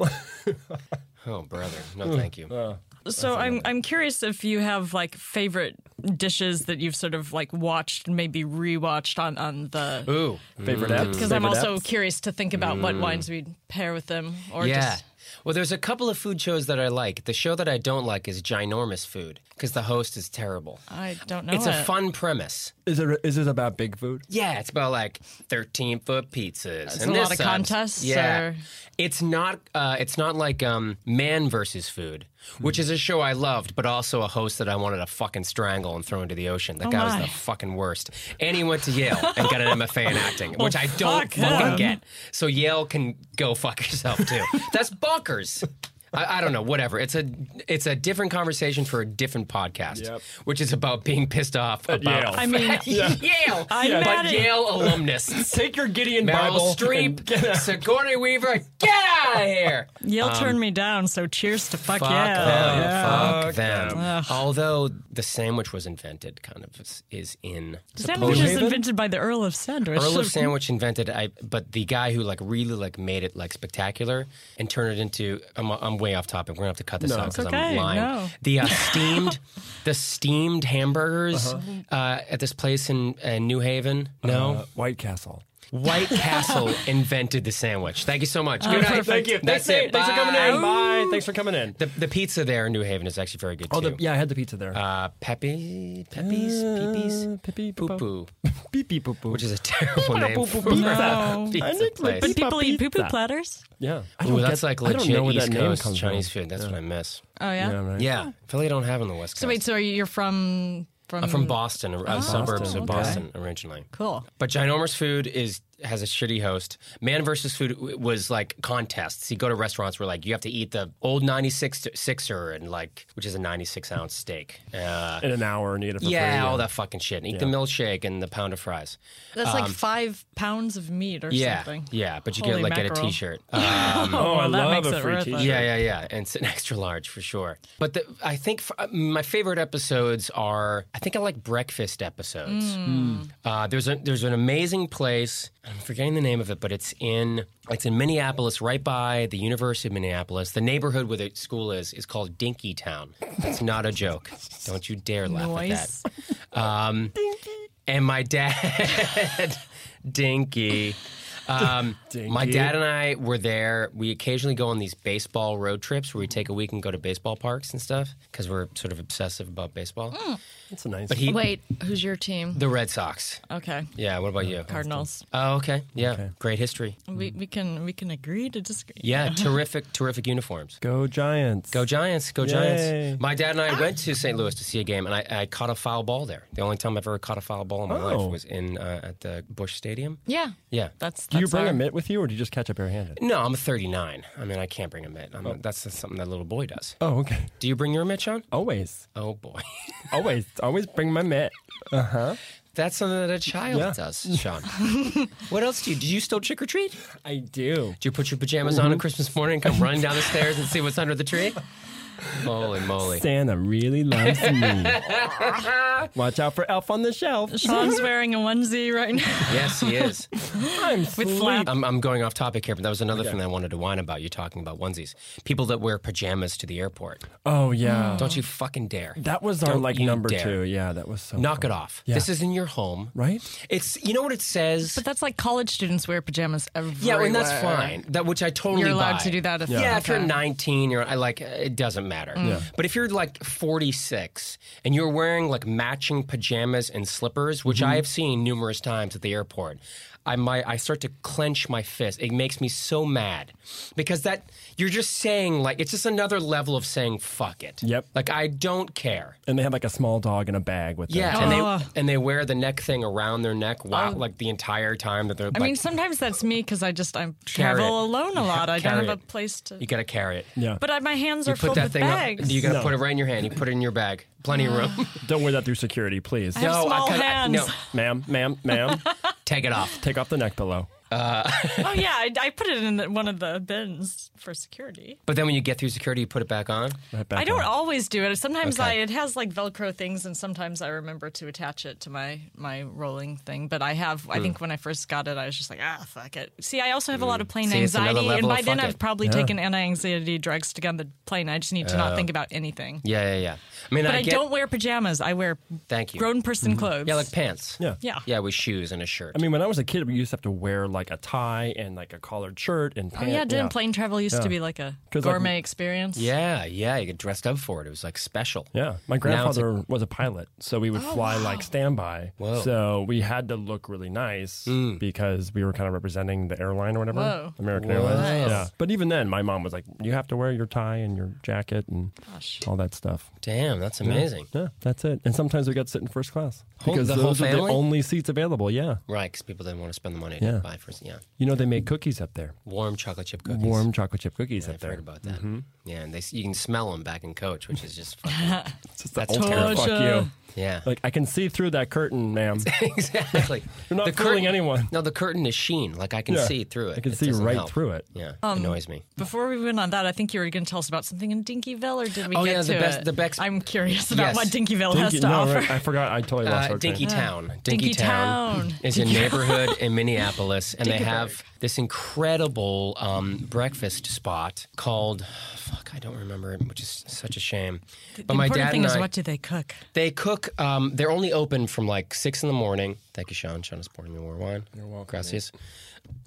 S5: oh, brother. No, thank you.
S4: Uh,
S3: So I'm I'm curious if you have like favorite dishes that you've sort of like watched, maybe rewatched on on the
S5: Ooh.
S3: Mm.
S4: Favorite apps?
S3: because I'm also curious to think about what wines we'd pair with them or
S5: yeah.
S3: just
S5: well, there's a couple of food shows that I like. The show that I don't like is Ginormous Food because the host is terrible.
S3: I don't know.
S5: It's a
S3: it.
S5: fun premise.
S4: Is it is it about big food?
S5: Yeah, it's about like thirteen foot pizzas. and
S3: a
S5: this
S3: lot of
S5: size.
S3: contests,
S5: Yeah,
S3: or-
S5: it's not. Uh, it's not like um, Man versus Food,
S3: Hmm.
S5: which is a show I loved, but also a host that I wanted to fucking strangle and throw into the ocean. That guy
S3: Oh my.
S5: was the fucking worst. And he went to Yale and got an MFA in acting, which I don't
S3: fuck him.
S5: fucking get. So Yale can go fuck yourself too. That's bonkers. I, I don't know. Whatever. It's a it's a different conversation for a different podcast,
S4: Yep.
S5: which is about being pissed off about
S4: Yale.
S3: I mean,
S5: Yale.
S3: I'm
S5: but
S3: mad at-
S5: Yale alumnists.
S4: Take your Gideon
S5: Meryl Streep, Sigourney Weaver, get out of here!
S3: Yale turned me down, so cheers to fuck,
S5: Um, Fuck
S3: Yale.
S5: them.
S4: Yeah.
S5: Fuck them.
S3: Ugh.
S5: Although the sandwich was invented, kind of is, is in.
S3: Sandwich
S5: supposedly-
S4: New
S3: is
S4: Haven?
S3: invented by the Earl of Sandwich.
S5: Earl of Sandwich invented, I, but the guy who like really like made it like spectacular and turned it into. I'm, I'm way off topic. We're gonna have to cut this out because I'm
S3: okay.
S5: lying.
S3: No.
S5: The uh, steamed, the steamed hamburgers uh at this place in, in New Haven. No,
S4: Uh, White Castle.
S5: White Castle invented the sandwich. Thank you so much. Good night.
S3: perfect. Thank you.
S5: That's it.
S4: Thanks for coming in.
S5: Bye.
S4: Bye. Thanks for coming in.
S5: The, the pizza there in New Haven is actually very good
S4: oh,
S5: too.
S4: the, yeah, I had the pizza there.
S5: Uh, Pepe, Pepe's, Pepe's,
S4: Pepe,
S5: Poo Poo,
S4: Beep beep boop boop.
S5: which is a terrible name
S4: Poo Poo
S5: for
S3: No.
S5: a
S4: I
S5: pizza
S4: need my
S5: place.
S3: But people eat
S4: Pizza.
S3: poo poo platters?
S4: yeah. I
S5: Ooh,
S4: don't
S5: that's
S4: get-
S5: like
S4: I don't
S5: legit
S4: know where
S5: East
S4: that name
S5: Coast
S4: comes
S5: Chinese
S4: from.
S5: food. That's what I miss.
S3: Oh, yeah?
S4: Yeah, right.
S5: Yeah, Philly don't have it on the West Coast.
S3: So, wait, so are you, you're from. From,
S5: I'm
S4: Hmm.
S5: from Boston, uh,
S4: Oh,
S5: suburbs of
S3: okay.
S5: Boston originally.
S3: Cool.
S5: But ginormous food is has a shitty host. Man versus Food w- was like contests. You go to restaurants where like you have to eat the old 96 sixer and like which is a 96 ounce steak. Uh,
S4: In an hour and eat it for free.
S5: yeah, all that fucking shit. And eat the milkshake and the pound of fries.
S3: That's like five pounds of meat or
S5: Um, Yeah,
S3: something.
S5: yeah. But you
S3: Holy
S5: get like get
S3: mackerel.
S5: a T-shirt.
S4: Oh,
S5: Uh,
S4: I
S3: Well, that
S4: love
S3: makes
S4: a
S3: it
S4: free
S3: worth it.
S4: t-shirt.
S5: yeah, yeah, yeah. And it's an extra large for sure. But the, I think f uh, my favorite episodes are I think I like breakfast episodes. Uh, there's a there's an amazing place. I'm forgetting the name of it, but it's in it's in Minneapolis, right by the University of Minneapolis. The neighborhood where the school is is called Dinky Town. It's not a joke. Don't you dare laugh
S3: Noise.
S5: at that. Um, and my dad, Dinky. Um, My
S4: Dinky.
S5: dad and I were there. We occasionally go on these baseball road trips where we take a week and go to baseball parks and stuff because we're sort of obsessive about baseball.
S4: That's a nice.
S5: But he,
S3: Mm. Wait, who's your team?
S5: the Red Sox.
S3: Okay,
S5: Yeah. What about you?
S3: Uh, Cardinals. Mm.
S5: Oh, okay. Yeah. Great history.
S3: We we can we can agree to disagree.
S5: Yeah, terrific, terrific uniforms.
S4: go Giants.
S5: Go Giants, go
S4: Yay.
S5: Giants. My dad and I went to St. Louis to see a game, and I, I caught a foul ball there. The only time I've ever caught a foul ball in my
S4: Oh.
S5: life was in uh, at the Bush Stadium.
S3: yeah,
S5: Yeah.
S3: That's, that's
S4: Do you bring
S3: our-
S4: a mitt with you, or do you just catch up barehanded?
S5: No, I'm 39. I mean, I can't bring a mitt. I'm that's just something that little boy does.
S4: Oh, okay.
S5: Do you bring your mitt, Sean?
S4: Always,
S5: Oh, boy.
S4: always, always bring my mitt.
S5: that's something that a child
S4: Yeah.
S5: does, Sean. what else do you do? you still trick or treat? Do
S4: I do.
S5: you put your pajamas
S4: Mm-hmm.
S5: on on Christmas morning and come running down the stairs and see what's under the tree? Holy moly.
S4: Santa really loves me. Watch out for Elf on the Shelf.
S3: Sean's wearing a onesie right now
S5: Yes, he is.
S4: I'm
S3: with
S4: sleep.
S3: flap.
S5: I'm, I'm going off topic here, but that was another thing that I wanted to whine about. You're talking about onesies. People that wear pajamas to the airport.
S4: Oh yeah,
S5: Don't you fucking dare.
S4: that was our
S5: Don't
S4: like
S5: you
S4: number
S5: dare.
S4: two. Yeah, that was so.
S5: Knock it off.
S4: Yeah.
S5: This is in your home.
S4: Right?
S5: It's, you know what it says?
S3: But that's like college students wear pajamas
S5: Yeah,
S3: everywhere.
S5: and that's fine. That Which I totally
S3: You're allowed
S5: buy.
S3: to do that if-
S5: yeah,
S3: Yeah.
S5: if you're
S3: Okay. Mm.
S5: 19, you're, I like, it doesn't matter. But if you're like 46 and you're wearing like matching pajamas and slippers, which
S4: Mm-hmm.
S5: I have seen numerous times at the airport, I might, I start to clench my fist. It makes me so mad because that, you're just saying like, it's just another level of saying fuck it.
S4: Yep.
S5: Like, I don't care.
S4: And they had like a small dog in a bag with them.
S5: Yeah,
S3: Oh.
S5: and they and they wear the neck thing around their neck, wow, like the entire time that they're.
S3: I
S5: like,
S3: mean, sometimes that's me because I just I travel
S5: it.
S3: alone a lot. I
S5: Carry
S3: don't have a
S5: it.
S3: place to.
S5: you got to carry it.
S4: Yeah.
S3: But I, my hands are
S5: put
S3: filled
S5: that
S3: with
S5: thing
S3: bags.
S5: up. You got to
S4: No.
S5: put it right in your hand. You put it in your bag. Plenty of room.
S4: Don't wear that through security, please.
S3: have
S5: No,
S3: small
S5: kinda-
S3: hands.
S5: no,
S4: Ma'am, ma'am, ma'am,
S5: take it off.
S4: take off the neck pillow.
S3: oh yeah, I, I put it in the, one of the bins for security.
S5: But then when you get through security, you put it back on.
S4: Right back
S3: I don't
S4: on.
S3: always do it. Sometimes
S5: Okay.
S3: I it has like Velcro things, and sometimes I remember to attach it to my my rolling thing. But I have. I
S5: Hmm.
S3: think when I first got it, I was just like, ah, fuck it. See, I also have a lot of plane
S5: See, it's another
S3: anxiety, and
S5: level of
S3: by then
S5: fuck
S3: I've
S5: it.
S3: probably taken anti-anxiety drugs to get on the plane. I just need to not think about anything.
S5: Yeah, yeah, yeah. I mean,
S3: But
S5: I,
S3: I
S5: get,
S3: don't wear pajamas. I wear
S5: Thank you. Mm-hmm.
S3: grown person clothes.
S5: yeah, like pants.
S4: Yeah.
S3: yeah.
S5: Yeah, with shoes and a shirt.
S4: I mean, when I was a kid, we used to have to wear like a tie and like a collared shirt and
S3: Oh
S4: pants.
S3: yeah, didn't plane travel used
S4: Yeah.
S3: to be like a
S4: 'Cause, like,
S3: gourmet experience?
S5: yeah, yeah. You get dressed up for it. It was like special.
S4: Yeah, my
S5: Now it's a- Oh,
S4: grandfather was a pilot, so we would fly like standby.
S5: Whoa. Mm.
S4: So we had to look really nice because we were kind of representing the airline or whatever,
S3: Whoa.
S4: American
S5: Whoa.
S4: Airlines.
S5: Nice.
S4: Yeah, but even then, my mom was like, "You have to wear your tie and your jacket and all that stuff."
S5: Damn, that's amazing.
S4: Yeah, that's it. And sometimes we got to sit in first class
S5: Whole-
S4: because
S5: the whole
S4: those are the
S5: Oh, family?
S4: only seats available. Yeah,
S5: Right, because people didn't want to spend the money
S4: Yeah.
S5: to buy for yeah
S4: you know they make cookies up there,
S5: warm chocolate chip cookies.
S4: warm chocolate chip cookies up
S5: I've
S4: there. Mm-hmm.
S5: heard about that. Yeah, and they you can smell them back in coach, which is just fucking,
S4: It's just the
S5: That's
S4: ultimate
S5: terrible.
S4: fuck
S3: Torture.
S4: you.
S5: yeah.
S4: Like I can see through that curtain, ma'am.
S5: exactly.
S4: You're not fooling anyone.
S5: No, the curtain is sheen. Like I can
S4: Yeah.
S5: see through it.
S4: I can
S5: It
S4: see
S5: doesn't
S4: right
S5: help.
S4: through it.
S5: Yeah,
S3: Um,
S5: annoys me.
S3: Before we went on that, I think you were going to tell us about something in Dinkyville, or did we
S5: Oh,
S3: get
S5: yeah,
S3: to
S5: the best-
S3: it?
S5: the best-
S3: I'm curious about
S5: Yes.
S3: what Dinkyville has
S4: Dinky-
S3: to
S4: no,
S3: offer.
S4: right, I forgot. I totally lost
S5: Uh,
S4: our train.
S5: Dinky Town.
S3: Dinky
S5: Dinky Town
S3: Town.
S5: is a neighborhood in Minneapolis, and they
S3: Dinkyburg.
S5: have this incredible um, breakfast spot called. Fuck, I don't remember it, which is such a shame. But
S3: the
S5: my
S3: important
S5: dad
S3: thing
S5: and
S3: is
S5: I,
S3: what do they cook?
S5: They cook. Um, they're only open from like six in the morning. Thank you, Sean. Sean is pouring me more wine. You're welcome. Gracias.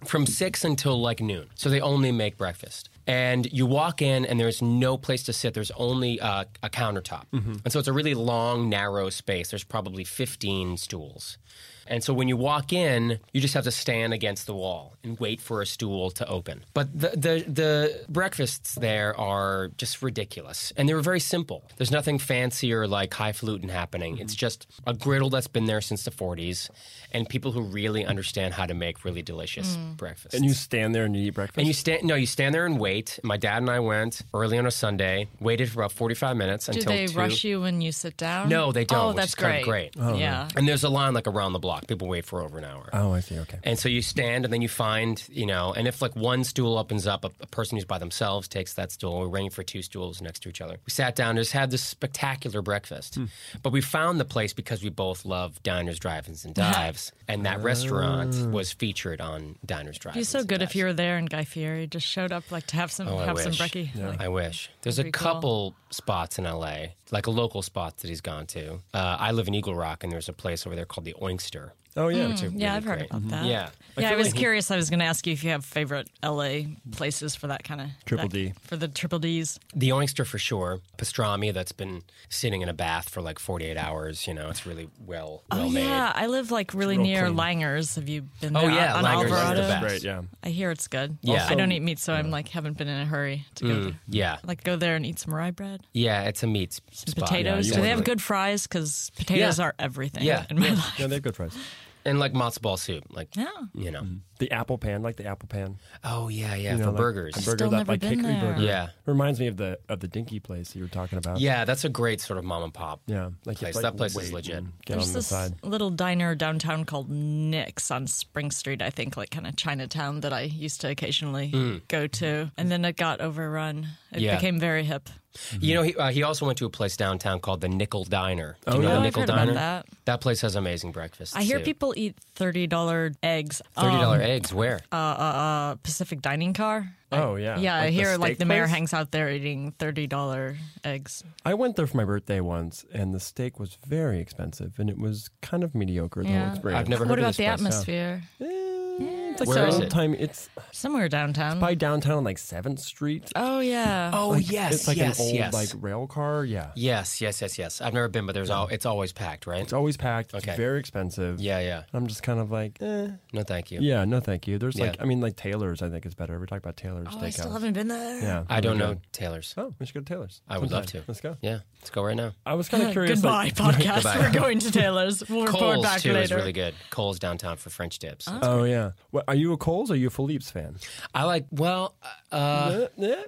S5: From six until like noon. So they only make breakfast. And you walk in, and there's no place to sit. There's only uh, a countertop, and so it's a really long, narrow space. There's probably 15 stools, and so when you walk in, you just have to stand against the wall and wait for a stool to open. But the the, the breakfasts there are just ridiculous, and they were very simple. There's nothing fancy or like highfalutin happening. It's just a griddle that's been there since the 40s, and people who really understand how to make really delicious breakfast. Breakfast.
S4: And you stand there and you eat breakfast.
S5: And you stand no, you stand there and wait. My dad and I went early on a Sunday, waited for about forty five minutes
S3: Do
S5: until
S3: they
S5: two.
S3: rush you when you sit down?
S5: No, they don't,
S3: Oh,
S5: which
S3: that's
S5: is
S3: great.
S5: kind of great. Oh,
S3: yeah.
S5: And there's a line like around the block. People wait for over an hour.
S4: oh, I see. Okay.
S5: And so you stand and then you find, you know, and if like one stool opens up, a, a person who's by themselves takes that stool. We're waiting for two stools next to each other. We sat down, just had this spectacular breakfast.
S3: Hmm.
S5: But we found the place because we both love diners, drive ins, and dives. and that restaurant was featured on diners, drive
S3: It'd Oh. be
S5: ins.
S3: so good if you were there and Guy Fieri just showed up like to have some
S5: Oh, I
S3: have some
S5: wish.
S3: brekkie. Like,
S5: I wish. There's a
S3: That'd be cool.
S5: couple spots in LA, like local spots that he's gone to. Uh, I live in Eagle Rock, and there's a place over there called the Oinkster.
S4: Oh yeah. which
S5: They're
S3: yeah,
S5: really
S3: I've heard
S5: great. Mm-hmm.
S3: about that.
S5: Yeah. I
S3: yeah, I
S5: feel
S3: was
S5: like he-
S3: curious. I was going to ask you if you have favorite LA places for that kind of
S4: Triple D.
S3: for the triple D's.
S5: The oyster for sure, pastrami that's been sitting in a bath for like 48 hours. You know, it's really well well
S3: oh
S5: made.
S3: yeah, I live like really
S4: real
S3: near
S4: clean.
S3: Langer's. Have you been?
S5: Oh,
S3: there
S5: yeah,
S3: on
S5: Langer's is the
S3: Alvarado.
S5: best.
S4: Right. Yeah.
S3: I hear it's good.
S5: Yeah. Mm.
S3: I don't eat meat, so I'm like haven't been in a hurry to go. there.
S5: Yeah,
S3: Like go there and eat some rye bread,
S5: yeah, it's a meat s-
S3: some
S5: spot.
S3: potatoes.
S5: Yeah,
S3: Do they have
S5: totally.
S3: good fries? Because potatoes
S5: Yeah.
S3: are everything
S5: Yeah.
S3: in my
S5: Yeah.
S3: life.
S4: Yeah, they have good fries.
S5: and like matzo ball soup? Like,
S3: Yeah.
S5: you know,
S4: The apple pan, like the apple pan.
S5: oh yeah, yeah,
S4: Mm-hmm. You
S5: for
S4: know, like
S5: burgers.
S4: a burger
S3: still
S4: that,
S3: never
S4: like,
S3: been
S4: hickory
S3: there.
S4: burger.
S5: Yeah,
S4: Reminds me of the of the dinky place you were talking about.
S5: yeah, that's a great sort of mom and pop.
S4: Yeah. Like, you have
S5: Place-
S4: to, like
S5: that place is
S4: wait and
S5: legit.
S4: Get
S3: There's
S4: on the
S3: this
S4: side.
S3: little diner downtown called Nick's on Spring Street, I think, like kind of Chinatown that I used to occasionally go to. And then it got overrun. It
S5: Mm. Yeah.
S3: became very hip.
S5: You know, he, uh, he also went to a place downtown called the Nickel Diner. Do you
S4: Oh,
S5: know
S4: yeah.
S5: the
S4: Oh,
S3: I've
S5: Nickel
S3: heard about
S5: Diner?
S3: that.
S5: place has amazing breakfast.
S3: I hear people eat $30 eggs
S5: thirty dollar
S3: um,
S5: eggs. Where?
S3: a Pacific dining car.
S4: Oh yeah.
S3: yeah, I
S4: Like
S3: hear like
S4: steak
S3: the mayor
S4: place?
S3: hangs out there eating $30 eggs.
S4: I went there for my birthday once, and the steak was very expensive, and it was kind of mediocre. The
S3: Yeah.
S4: whole experience.
S5: I've never heard
S3: What
S5: of
S3: about
S5: this
S3: the
S5: place.
S3: atmosphere?
S4: Eh, it's like
S5: Where is
S4: old
S5: it?
S4: time. It's
S3: Somewhere downtown.
S4: by downtown, like Seventh Street.
S3: oh, yeah.
S5: Oh
S4: Like,
S5: yes,
S4: it's like
S5: yes,
S4: an old
S5: yes.
S4: like rail car. Yeah,
S5: Yes, yes, yes, yes. I've never been, but there's all it's always packed, right?
S4: it's always packed.
S5: Okay.
S4: It's very expensive.
S5: yeah, yeah.
S4: I'm just kind of like, eh,
S5: No, thank you.
S4: yeah, no, thank you. There's
S5: Yeah.
S4: like, I mean, like Taylor's. I think is better. We talked about Taylor's
S3: Oh,
S4: steakhouse.
S3: I still haven't been there.
S4: yeah,
S5: I don't know
S4: really
S5: Taylor's.
S4: good. Oh, we should go to Taylor's.
S5: I would love
S4: sometime.
S5: to.
S4: Let's go.
S5: Yeah, let's go right now.
S4: I was kind of curious.
S3: Goodbye,
S4: like-
S3: podcast.
S5: Goodbye.
S3: We're going to Taylor's. We'll report
S5: Cole's
S3: back
S5: too is
S3: later.
S5: really good. Cole's downtown for French dips.
S4: Oh yeah. What, are you a Coles or are you a Philippe's fan?
S5: I like. Well, uh, I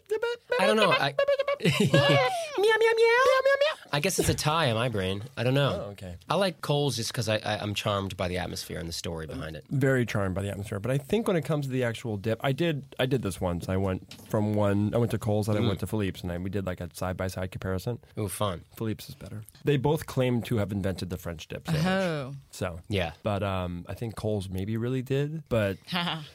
S4: I
S5: don't know. I, meow meow meow meow meow. I guess it's a tie in my brain. I don't know.
S4: Oh, okay.
S5: I like Cole's just because I, I I'm charmed by the atmosphere and the story behind it.
S4: very charmed by the atmosphere. But I think when it comes to the actual dip, I did I did this once. I went from one I went to Cole's and I went to Philippe's and I, we did like a side by side comparison.
S5: Ooh, fun.
S4: Philippe's is better. They both claim to have invented the French dip sandwich.
S3: Oh.
S4: So
S5: Yeah.
S4: but um, I think Cole's maybe really did, but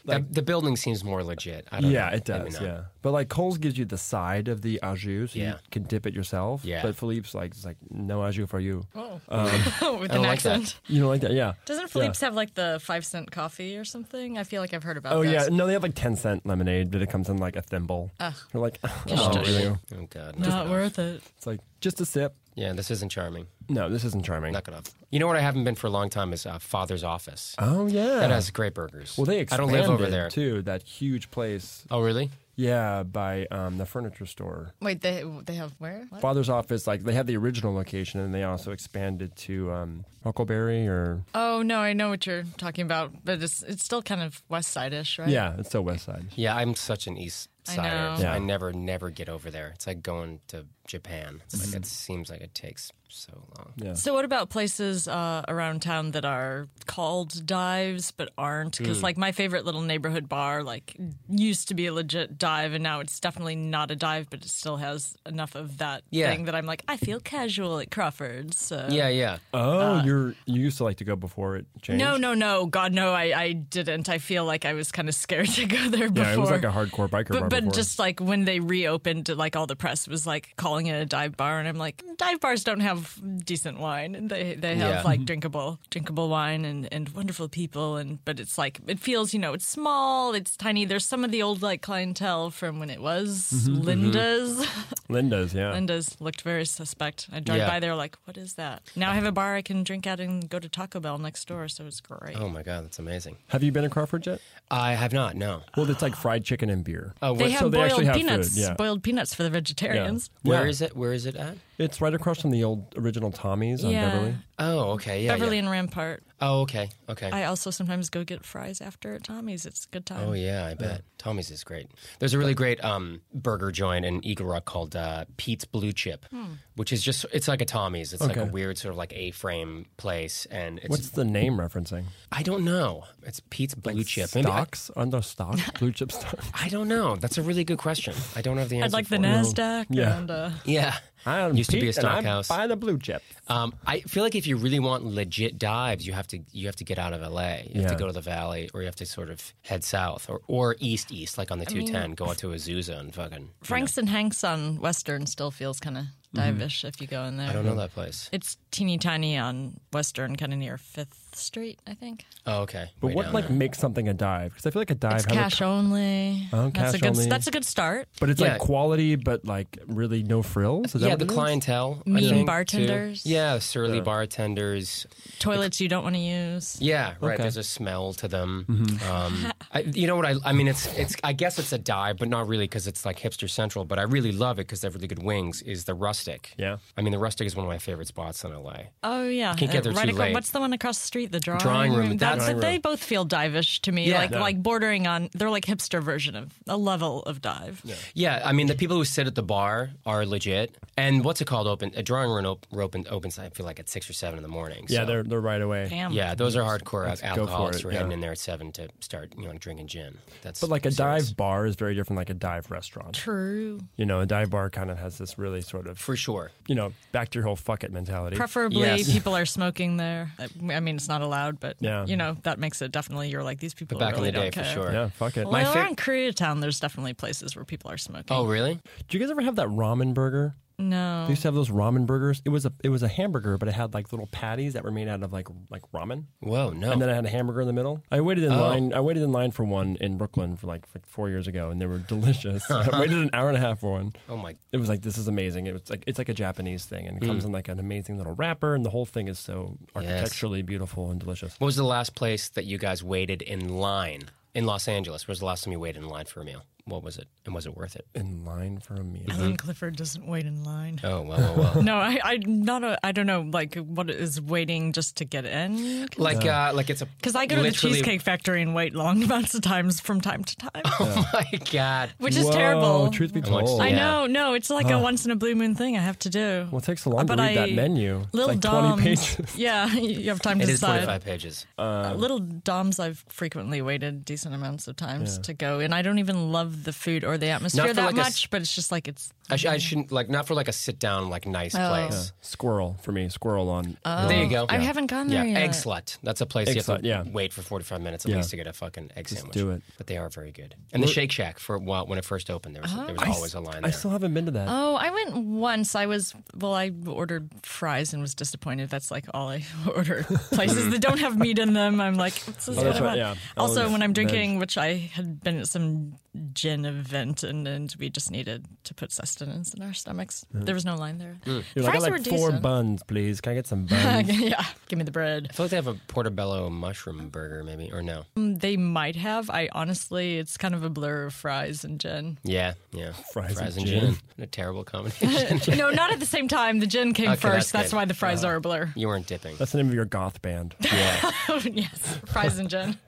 S5: the, the building seems more legit. I don't
S4: yeah,
S5: know.
S4: it
S5: Maybe
S4: does.
S5: not.
S4: Yeah, but like Cole's gives you the side of the au jus, so
S5: Yeah.
S4: you can dip it yourself.
S5: Yeah.
S4: but Philippe's like it's like no au jus for you.
S3: With
S5: don't
S3: an
S5: like that.
S3: accent.
S4: You don't like that? Yeah.
S3: Doesn't Philippe's have like the five cent coffee or something? I feel like I've heard about
S4: Oh
S3: this.
S4: yeah, no, they have like ten cent lemonade, but it comes in like a thimble. You're like, oh,
S5: Oh,
S4: really?
S5: Oh god.
S3: Not
S5: knock it off.
S3: worth it.
S4: It's like just a sip.
S5: Yeah, this isn't charming.
S4: No, this isn't charming.
S5: Knock it off. You know what I haven't been for a long time is uh, Father's Office.
S4: oh yeah,
S5: That has great burgers.
S4: well, they expanded
S5: I don't live over there.
S4: too. That huge place,
S5: Oh, really?
S4: yeah, by um, the furniture store.
S3: Wait, they they have where? What?
S4: Father's office, like they had the original location, and they also expanded to um, Huckleberry or
S3: Oh no, I know what you're talking about, but it's it's still kind of west side-ish, right?
S4: yeah, it's still West Side.
S5: Yeah, I'm such an East
S3: I
S5: Sider.
S3: know.
S4: Yeah.
S5: I never, never get over there. It's like going to Japan. It's like, it seems like it takes so long.
S4: Mm-hmm. Yeah.
S3: So what about places uh, around town that are called dives but aren't?
S4: Mm.
S3: Because like my favorite little neighborhood bar like used to be a legit dive and now it's definitely not a dive, but it still has enough of that
S5: Yeah.
S3: thing that I'm like I feel casual at Crawford's. So.
S5: Yeah, yeah.
S4: Oh, you're you used to like to go before it changed.
S3: Uh, No, no, no. God, no, I, I didn't. I feel like I was kind of scared to go there before.
S4: Yeah, it was like a hardcore biker bar
S3: But, but
S4: before.
S3: just like when they reopened, like all the press was like calling it a dive bar, and I'm like, dive bars don't have decent wine. They they have
S5: Yeah.
S3: like drinkable drinkable wine and, and wonderful people, and but it's like it feels you know it's small, it's tiny. There's some of the old like clientele from when it was Linda's.
S4: Linda's, yeah.
S3: Linda's looked very suspect. I drive
S5: Yeah.
S3: by there like, what is that? Now I have a bar I can drink at and go to Taco Bell next door, so it's great.
S5: Oh my God, that's amazing.
S4: Have you been to Crawford yet?
S5: I have not. No.
S4: Well, it's like fried chicken and beer.
S5: Oh,
S3: They
S5: where,
S3: have
S4: so they
S3: boiled
S4: actually have
S3: peanuts,
S4: food, yeah.
S3: boiled peanuts for the
S4: yeah.
S3: vegetarians.
S5: where
S4: Yeah.
S5: is it? Where is it at?
S4: It's right across from the old original Tommy's on
S3: Yeah.
S4: Beverly.
S5: Oh, okay. Yeah.
S3: Beverly
S5: yeah.
S3: and Rampart.
S5: Oh, okay. Okay.
S3: I also sometimes go get fries after at Tommy's. It's a good time.
S5: Oh yeah, I bet Tommy's is great. There's a really great um, burger joint in Eagle Rock called uh, Pete's Blue Chip,
S3: Hmm.
S5: which is just it's like a Tommy's. It's like a
S4: Okay.
S5: weird sort of like A-frame place, and it's
S4: What's the name referencing?
S5: I don't know. It's Pete's Blue Chip. Maybe I,
S4: Stocks? Under stock? Blue chip stock?
S5: I don't know. That's a really good question. I don't have the answer.
S3: I'd like
S5: for
S3: the
S5: it.
S3: NASDAQ
S4: Yeah.
S3: and uh,
S5: Yeah.
S4: I
S5: Used to be a stockhouse.
S4: Buy the blue chip.
S5: Um, I feel like if you really want legit dives, you have to you have to get out of LA. You have
S4: Yeah.
S5: to go to the valley, or you have to sort of head south, or, or east east, like on the 210, go out to Azusa and fucking.
S3: Franks and Hanks on Western still feels kind of divish if you go in there.
S5: Mm-hmm. I don't know that place.
S3: It's teeny tiny on Western, kind of near Fifth Street, I think.
S5: Oh, okay.
S4: But
S5: Way
S4: what
S5: down
S4: like
S5: there.
S4: makes something a dive? Because I feel like a dive.
S3: It's
S4: has a-
S3: cash only.
S4: Oh,
S3: that's a
S4: cash
S3: good.
S4: only.
S3: That's a good start.
S4: but it's
S5: Yeah.
S4: like quality, but like really no frills. Is that
S5: yeah,
S4: what
S5: the
S4: it is?
S5: clientele. I
S3: Mean
S5: think, too.
S3: bartenders?
S5: Yeah, surly bartenders.
S3: Toilets you don't want to use.
S5: Yeah, right.
S4: Okay. Mm-hmm.
S5: There's a smell to them. Um, I, you know what? I, I mean, it's it's. I guess it's a dive, but not really because it's like hipster central. But I really love it because they have really good wings. Is the rustic?
S4: Yeah.
S5: I mean, the rustic is one of my favorite spots in LA.
S3: Oh yeah,
S5: Can't get there
S3: right
S5: too
S3: across,
S5: late.
S3: What's the one across the street? The drawing,
S5: Drawing room,
S3: That,
S5: that's-
S3: but they both feel divish to me.
S5: Yeah.
S3: like
S5: Yeah.
S3: like bordering on. They're like hipster version of a level of dive.
S5: Yeah, I mean, the people who sit at the bar are legit. And what's it called? Open a drawing room op- open opens. I feel like at six or seven in the morning.
S4: Yeah,
S5: so-
S4: they're they're right away.
S3: Damn.
S5: Yeah, those are hardcore
S4: Let's go for
S5: alcoholics
S4: it,
S5: who are heading
S4: yeah.
S5: in there at seven to start, you know, drinking gin. That's
S4: But like a
S5: serious.
S4: dive bar is very different, like a dive restaurant.
S3: True.
S4: You know, a dive bar kind of has this really sort of,
S5: for sure.
S4: you know, back to your whole fuck it mentality.
S3: Preferably,
S5: Yes.
S3: people are smoking there. I- I mean, it's not allowed, but
S4: Yeah.
S3: you know that makes it definitely. You're like these people
S5: Back in
S3: Oh, really
S5: the day,
S3: don't
S5: for
S3: care.
S5: sure.
S4: yeah, fuck it.
S3: Well,
S5: My
S3: around
S5: fav-
S3: Koreatown, there's definitely places where people are smoking.
S5: Oh, really?
S4: Do you guys ever have that ramen burger?
S3: no,
S4: They used to have those ramen burgers. It was a it was a hamburger, but it had like little patties that were made out of like like ramen.
S5: Whoa, no.
S4: And then I had a hamburger in the middle. I waited
S5: Oh.
S4: in line. I waited in line for one in Brooklyn for like, like four years ago, and they were delicious. I waited an hour and a half for one.
S5: oh my.
S4: It was like this is amazing. It was like it's like a Japanese thing, and it comes in like an amazing little wrapper, and the whole thing is so architecturally beautiful and delicious.
S5: What was the last place that you guys waited in line in Los Angeles? What was the last time you waited in line for a meal? What was it? And was it worth it?
S4: In line for a meal.
S5: Mm-hmm.
S3: Alan Clifford doesn't wait in line.
S5: Oh, well, well, well.
S3: No, I, I not a, I don't know like what is waiting just to get in
S5: like, uh, like it's a.
S3: because I go to the
S5: literally-
S3: Cheesecake Factory and wait long amounts of times from time to time,
S5: Oh my God.
S3: which is
S4: Whoa,
S3: terrible.
S4: Truth be
S5: I want to
S4: told,
S5: see
S3: I
S5: Yeah.
S3: know, no, it's like a once in a blue moon thing I have to do.
S4: well, it takes so long
S3: But
S4: to read that
S3: I-
S4: menu. It's
S3: Little
S4: like
S3: Dom's,
S4: twenty pages.
S3: yeah, you have time
S5: It
S3: to
S5: is
S3: decide.
S5: 45 pages.
S3: Uh, Little Doms, I've frequently waited decent amounts of times to go, and I don't even love the food or the atmosphere
S5: for
S3: that
S5: like a s-
S3: much. but it's just like it's
S5: I, sh- I shouldn't, like, not for like a sit down, like, nice place.
S4: Squirrel for me. Squirrel on.
S5: There you go.
S3: Oh. I haven't gone
S5: Yeah,
S3: there yet.
S5: egg slut. That's a place you have
S4: slut,
S5: to
S4: yeah.
S5: wait for 45 minutes at
S4: Yeah.
S5: least to get a fucking egg sandwich.
S4: do it.
S5: But they are very good. And the Shake Shack, for a while, when it first opened, there was, there was always a line
S4: Oh. I
S5: there.
S4: still haven't been to that.
S3: Oh, I went once. I was well. I ordered fries and was disappointed. That's like all I order. Places that don't have meat in them. I'm like, this is
S4: Oh,
S3: what
S4: that's
S3: I
S4: right,
S3: want.
S4: yeah.
S3: Also,
S4: Oh,
S3: when I'm
S4: veg.
S3: drinking, which I had been at some gin event, and, and we just needed to put sustenance in our stomachs. There was no line there.
S4: You're like, I
S3: Fries
S4: like
S3: were
S4: four
S3: decent.
S4: buns, please. Can I get some buns?
S3: yeah, give me the bread.
S5: I feel like they have a portobello mushroom burger, maybe, or no?
S3: Mm, They might have. I honestly, it's kind of a blur of fries and gin.
S5: Yeah, yeah.
S4: Fries and
S5: and
S4: gin.
S5: What A terrible combination.
S3: no, not at the same time. The gin came
S5: Okay,
S3: first.
S5: that's
S3: That's,
S5: good. Uh-huh.
S3: why the fries are a blur.
S5: you weren't dipping.
S4: That's the name of your goth band.
S5: Yeah.
S3: yes, fries and gin.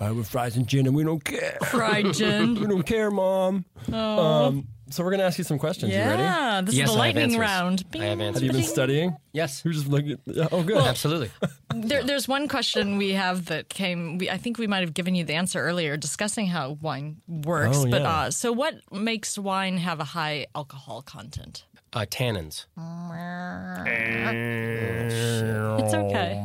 S4: I have fries and gin, and we don't care.
S3: Fried gin.
S4: We don't care, mom. Um, so we're gonna ask you some questions. You
S3: Oh.
S4: ready? Have
S3: Yeah, this
S5: Yes,
S3: is
S5: I
S3: the
S5: have
S3: lightning
S5: answers.
S3: round.
S5: I have
S3: Bing,
S5: answers.
S4: you been
S3: bing.
S4: studying?
S5: yes.
S4: You're just looking. Oh, good.
S5: Absolutely.
S3: There, there's one question we have that came. We, I think we might have given you the answer earlier, discussing how wine works.
S4: Oh,
S3: But
S4: yeah.
S3: uh, so, what makes wine have a high alcohol content?
S5: Uh, tannins.
S3: It's okay.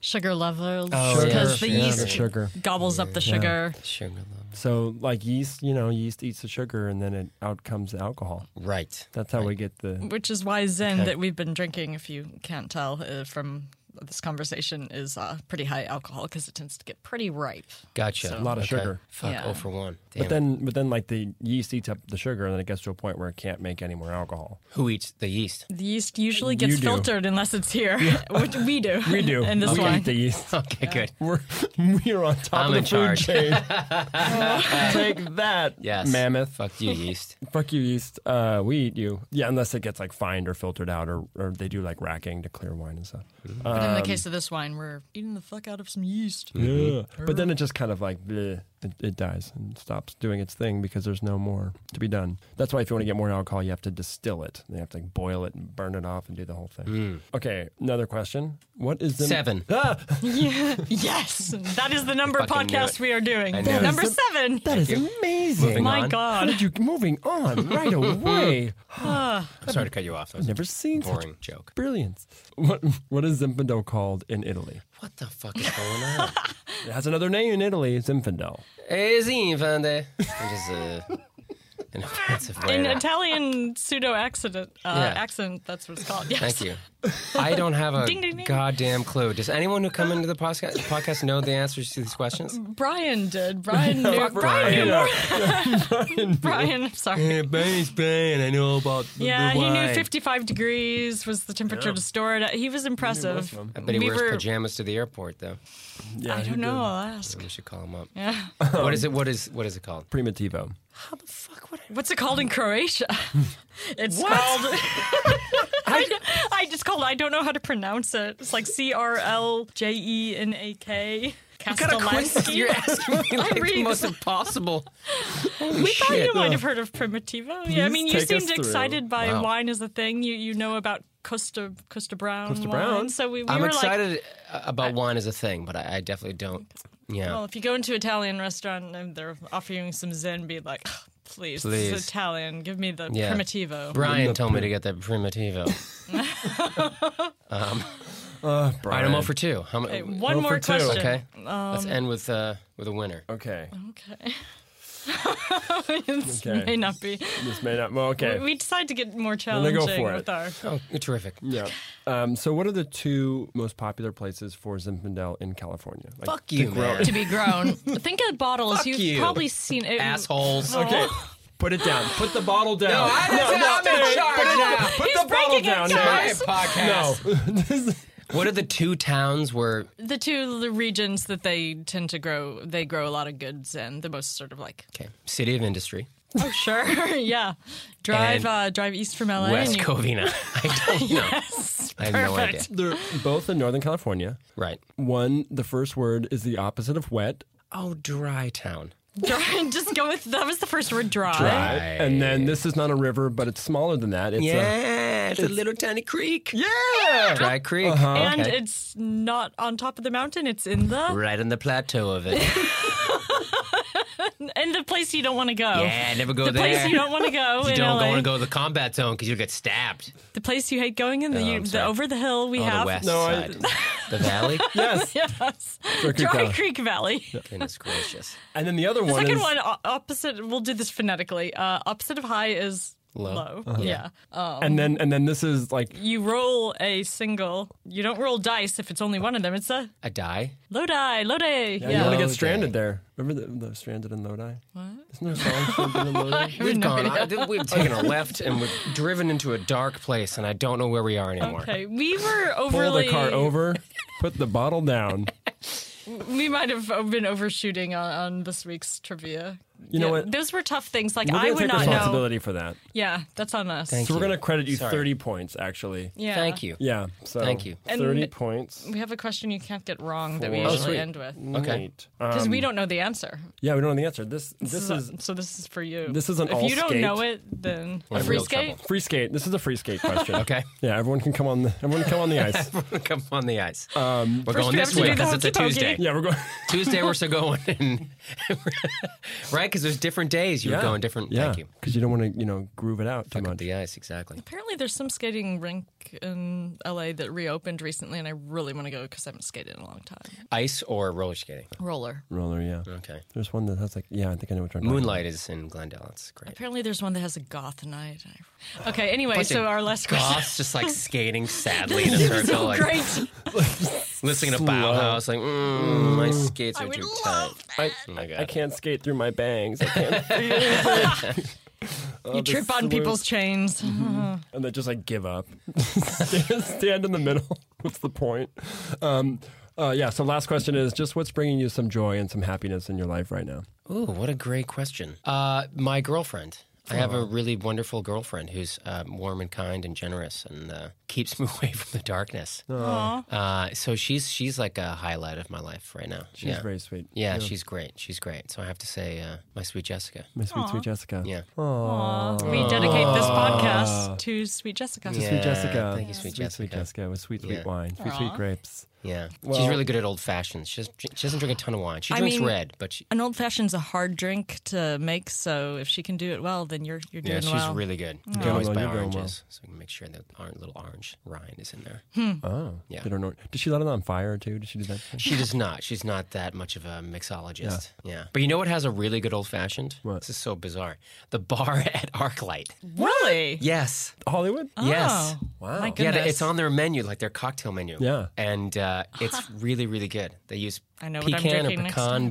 S3: Sugar levels,
S5: Um, Oh,
S3: because the
S5: yeah,
S4: Yeah,
S3: yeast
S4: the sugar.
S3: gobbles up the sugar.
S5: Sugar. loaf.
S4: So, like yeast, you know, yeast eats the sugar, and then it out comes the alcohol.
S5: Right.
S4: That's how we get the.
S3: Which is why Zen
S5: Okay.
S3: that we've been drinking, if you can't tell uh, from this conversation is uh, pretty high alcohol because it tends to get pretty ripe.
S5: Gotcha.
S3: So-
S4: A lot of
S5: Okay.
S4: sugar.
S5: Fuck,
S3: Yeah.
S5: 0 for 1.
S4: But
S5: Damn it.
S4: then, but then, like the yeast eats up the sugar, and then it gets to a point where it can't make any more alcohol.
S5: Who eats the yeast?
S3: The yeast usually
S4: You
S3: gets
S4: do.
S3: filtered unless it's here, which we do.
S4: We do.
S3: in this
S4: we
S3: wine.
S4: eat the yeast.
S5: Okay, good.
S4: We're we are on top
S5: I'm
S4: of the
S5: in
S4: food
S5: charge.
S4: chain. Take that,
S5: Yes.
S4: mammoth.
S5: Fuck you, yeast.
S4: Fuck you, yeast. Uh, we eat you. Yeah, unless it gets like fined or filtered out, or, or they do like racking to clear wine and stuff.
S3: But in the
S5: Um,
S3: case of this wine, we're eating the fuck out of some yeast.
S5: Mm-hmm.
S4: Yeah. But then it just kind of like bleh, it, it dies and stops doing its thing because there's no more to be done. That's why if you want to get more alcohol, you have to distill it. You have to like boil it and burn it off and do the whole thing. Okay, another question. What is the
S5: Mm. Seven.
S4: Ah,
S3: Yes, that is the number of
S5: Fucking knew
S3: podcasts
S5: it.
S3: we are doing.
S5: I knew it.
S3: Number
S4: That is
S3: seven.
S4: that is amazing.
S5: Moving
S3: My
S5: on.
S4: How
S3: God.
S4: did you moving on right away?
S5: I'm sorry to cut you off. That was
S4: Never
S5: a
S4: seen such
S5: boring joke.
S4: brilliance. What what is Zinfandel called in Italy?
S5: What the fuck is going on?
S4: It has another name in Italy, Zinfandel.
S5: Is he Vande? Just uh, an offensive way.
S3: An
S5: to-
S3: Italian pseudo accident uh,
S5: Yeah.
S3: accent. That's what it's called. Yes.
S5: Thank you. I don't have a
S3: Ding, ding, ding.
S5: goddamn clue. Does anyone who come into the podcast, podcast know the answers to these questions?
S3: Brian did. Brian knew. Brian.
S5: Brian.
S3: Brian. Brian. Sorry.
S5: Brian's Brian. I know about
S3: Yeah, he knew 55 degrees was the temperature to store it. at. He was impressive.
S5: I bet he
S3: We
S5: wears
S3: were-
S5: pajamas to the airport, though.
S4: Yeah,
S3: I
S4: he
S3: don't
S4: did.
S3: know. I'll ask.
S5: We should call him up.
S3: Yeah.
S5: What is it? What is what is it called?
S4: Primitivo.
S5: How the fuck would
S3: What's it called in Croatia? It's called. I, d- I just called. I don't know how to pronounce it. It's like C R L J E N A K.
S5: You're
S3: Kastelanski.
S5: asking me like the
S3: read.
S5: most impossible.
S3: We thought
S5: shit.
S3: you might have heard of Primitivo. yeah, I
S4: Please
S3: mean, you
S4: take us
S3: seemed
S4: through.
S3: excited by
S5: Wow.
S3: wine as a thing. You you know about Costa Costa Brown.
S4: Costa
S3: wine.
S4: Brown?
S3: So we, we
S5: I'm
S3: were like,
S5: excited uh, about wine as a thing, but I, I definitely don't. Yeah.
S3: well, if you go into an Italian restaurant and they're offering you some Zen, be like, "Ugh, please, this
S5: Please.
S3: is Italian. Give me the
S5: Yeah.
S3: Primitivo.
S5: Brian
S4: Wouldn't
S5: told me
S4: the-
S5: to get that Primitivo.
S4: Uh,
S5: All right,
S4: Brian.
S5: I'm all for two. How mu-
S3: Okay, one
S4: Go
S3: more
S4: for two.
S3: question.
S5: Okay,
S3: Um,
S5: let's end with uh, with a winner.
S4: Okay.
S3: Okay. this
S4: Okay.
S3: may not be.
S4: This may not. Well, okay.
S3: We decide to get more
S4: they
S3: challenging
S4: go for it.
S3: with our.
S5: Oh, you're terrific.
S4: yeah. Um, so, what are the two most popular places for Zinfandel in California? Like,
S5: Fuck you,
S4: to grow-
S5: man.
S3: To be grown. Think of bottles.
S5: Fuck
S3: You've
S5: you.
S3: probably seen it.
S5: Assholes.
S3: Oh.
S4: Okay. Put it down. Put the bottle down. No,
S5: I'm in charge now.
S4: Put
S3: He's
S4: the bottle
S3: breaking it,
S4: down.
S5: My
S4: Nick.
S3: guys.
S5: podcast.
S4: No. This is-
S5: What are the two towns where?
S3: The two regions that they tend to grow, they grow a lot of goods in. The most sort of like,
S5: Okay, city of industry,
S3: oh sure, yeah. Drive,
S5: And
S3: uh, drive east from LA.
S5: West
S3: and you-
S5: Covina. I don't know.
S3: Yes,
S5: I have no idea.
S3: perfect.
S4: they're both in Northern California.
S5: Right.
S4: One, the first word is the opposite of wet,
S5: Oh, dry town.
S3: Dry- Just go with that was the first word. Drive.
S5: Dry.
S4: and then this is not a river, but it's smaller than that. It's a,
S5: Yeah, it's, a little tiny creek.
S4: yeah.
S5: Dry creek.
S3: And
S5: Okay.
S3: it's not on top of the mountain. It's in the
S5: right on the plateau of it.
S3: in the place you don't want to go.
S5: Yeah, never go
S3: the
S5: there.
S3: place you don't want to go
S5: You
S3: in
S5: don't
S3: LA.
S5: want to go to the combat zone because you'll get stabbed.
S3: The place you hate going in the,
S5: Oh,
S3: you,
S5: I'm
S3: the
S5: sorry.
S3: over the hill we
S5: Oh,
S3: have.
S5: the west
S4: No, I-
S5: side. the valley?
S4: Yes.
S3: Yes.
S4: Creek
S3: Dry
S4: Valley.
S3: Creek Valley.
S5: Goodness gracious.
S4: And then the other one
S3: Second
S4: is
S3: one, o- opposite. We'll do this phonetically. Uh, opposite of high is
S5: Low. Uh-huh.
S3: low. Yeah. Um,
S4: and then and then this is like
S3: you roll a single. You don't roll dice if it's only one of them. It's a
S5: A die?
S3: low die, low day. Yeah.
S4: you don't want to
S5: Lodi.
S4: get stranded there. Remember the, the stranded in Lodi? What? Isn't there a song stranded in Lodi?
S5: We've gone. I- we've taken a left and we've driven into a dark place, and I don't know where we are anymore.
S3: Okay, we were
S4: Pull
S3: overly.
S4: the car over, put the bottle down.
S3: We might have been overshooting on, on this week's trivia.
S4: You know what?
S3: Those were tough things. Like
S4: We're
S3: I
S4: gonna
S3: would
S4: take
S3: not know.
S4: responsibility for that.
S3: Yeah, that's on us.
S5: Thank
S4: So we're
S5: you.
S4: gonna credit you
S5: Sorry.
S4: thirty points actually.
S3: Yeah.
S5: Thank you.
S4: Yeah. So
S5: Thank you.
S3: And-
S4: Thirty points.
S3: We have a question you can't get wrong that we
S4: Four. Oh,
S3: usually
S5: sweet.
S3: end with
S5: Okay.
S4: Neat.
S3: because
S4: Um,
S3: we don't know the answer.
S4: Yeah, we don't know the answer. This this
S3: So-
S4: is
S3: so. This is for you.
S4: this is an
S3: If
S4: all
S3: you don't
S4: skate.
S3: know it, then
S5: We're in
S3: free
S5: real
S3: skate.
S5: trouble.
S4: free skate. This is a free skate question.
S5: Okay.
S4: Yeah, everyone can come on the everyone come on the ice.
S5: Come on the ice. we're going
S3: Um, we
S5: this
S3: have to
S5: way
S3: do the
S5: because it's a
S3: hokey pokey.
S5: Tuesday.
S4: yeah, we're going
S5: Tuesday, we're still going. in- right? Because there's different days. You
S4: yeah.
S5: were going different.
S4: Yeah.
S5: Thank you.
S4: Because you don't want to, you know, groove it out too
S5: Fuck up
S4: much.
S5: the ice, exactly.
S3: Apparently, there's some skating rink in LA that reopened recently, and I really want to go because I haven't skated in a long time.
S5: Ice or roller skating?
S3: Roller.
S4: Roller, yeah.
S5: Okay.
S4: There's one that has like yeah, I think I know which one.
S5: Moonlight is in Glendale. It's great.
S3: Apparently, there's one that has a goth night. I- Okay. Anyway,
S5: Bunch of
S3: so our last question.
S5: Goths just like skating sadly in a circle. like,
S3: Great.
S5: listening to
S4: Slow.
S5: Bauhaus, like, mm, my skates
S3: I
S5: are
S3: would
S5: too
S3: love
S5: tight.
S4: I,
S5: Oh my God.
S4: I can't skate through my bangs. I can't feel Oh,
S3: you trip on
S4: slurs.
S3: people's chains.
S4: and then just like give up, stand, stand in the middle. What's the point? Um, uh, yeah. So last question is just what's bringing you some joy and some happiness in your life right now?
S5: Ooh, what a great question. Uh, my girlfriend. I have a really wonderful girlfriend who's uh, warm and kind and generous and uh, keeps me away from the darkness.
S3: Aw.
S5: Uh, so she's she's like a highlight of my life right now.
S4: She's
S5: yeah.
S4: very sweet.
S5: yeah, she's great. She's great. So I have to say, uh, my sweet Jessica.
S4: My sweet, sweet Jessica.
S5: Yeah.
S3: Aw. We dedicate this
S4: Ah.
S3: podcast to Sweet Jessica.
S5: Yeah.
S4: Sweet Jessica.
S5: thank you,
S4: sweet,
S5: sweet
S4: sweet
S5: Jessica.
S4: Jessica with sweet, sweet
S5: Yeah.
S4: wine, sweet, sweet
S3: Aw.
S4: grapes.
S5: Yeah, she's
S4: Well-
S5: really good at old fashions. She, doesn't- she doesn't drink a ton of wine. She
S3: I
S5: drinks
S3: mean-
S5: red, but she,
S3: An old fashioned's a hard drink to make, so if she can do it well, then you're you're doing
S5: yeah, she's
S3: well.
S5: really good. You can
S4: Doing
S5: always
S4: well,
S5: buy
S4: you're doing
S5: oranges,
S4: well.
S5: so we can make sure that our little orange rind is in there.
S4: Oh,
S5: Yeah.
S4: Did, her nor- did she let it on fire too? Did she do that? Too?
S5: She does not. She's not that much of a mixologist. Yeah. But you know what has a really good old fashioned?
S4: What?
S5: This is so bizarre. The bar at ArcLight.
S3: really?
S5: Yes.
S4: Hollywood?
S5: Uh, Yes.
S3: Mm-hmm. Oh,
S4: Wow.
S3: My
S5: Yeah,
S3: goodness.
S5: th- it's on their menu, like their cocktail menu.
S4: Yeah.
S5: And uh, it's really, really good. They use
S3: I know what I'm
S5: pecan
S3: drinking
S5: or
S3: next
S5: pecan
S3: time.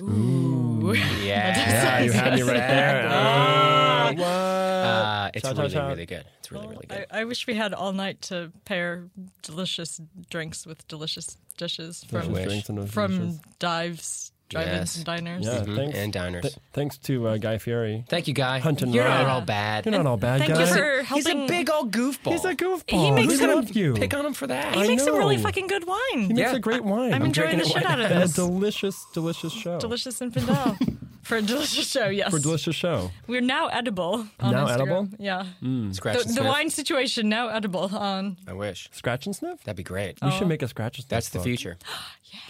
S3: Ooh.
S5: Yeah.
S4: you had me right there. Oh, what?
S5: Uh, it's
S4: Shout, shout,
S5: really,
S4: shout.
S5: really good. It's really, really good.
S3: I, I wish we had all night to pair delicious drinks with delicious dishes from
S5: wish.
S4: Drinks and those
S3: from
S4: dishes.
S3: dives, drive-ins,
S5: Yes.
S3: and diners.
S4: Yeah,
S5: Mhm.
S4: thanks.
S5: And diners.
S4: Th- thanks to uh, Guy Fieri.
S5: Thank you, guy.
S4: Hunt and
S5: You're
S4: Rod.
S5: not all bad.
S4: You're not all bad
S3: Thank you
S4: guys.
S3: for helping.
S5: He's a big old goofball.
S4: He's a goofball.
S3: He makes
S4: we
S3: him
S4: love you.
S5: Pick on him for that.
S3: He
S4: I
S3: makes some really
S4: know.
S3: fucking good
S4: he
S3: wine.
S4: makes
S5: Yeah.
S4: a great wine.
S3: I'm enjoying the
S5: drinking
S3: shit out of
S4: And a
S3: this.
S4: delicious, delicious show.
S3: delicious infidel for a delicious show. Yes,
S4: For a delicious show.
S3: we're now edible. On
S4: Now
S3: Instagram.
S4: edible?
S3: Yeah.
S5: Scratch
S3: The,
S5: and
S3: the
S5: sniff.
S3: wine situation now edible on
S5: I wish.
S4: Scratch and sniff?
S5: That'd be great.
S3: Oh.
S4: We should make a scratch and sniff.
S5: That's the
S4: book.
S5: future.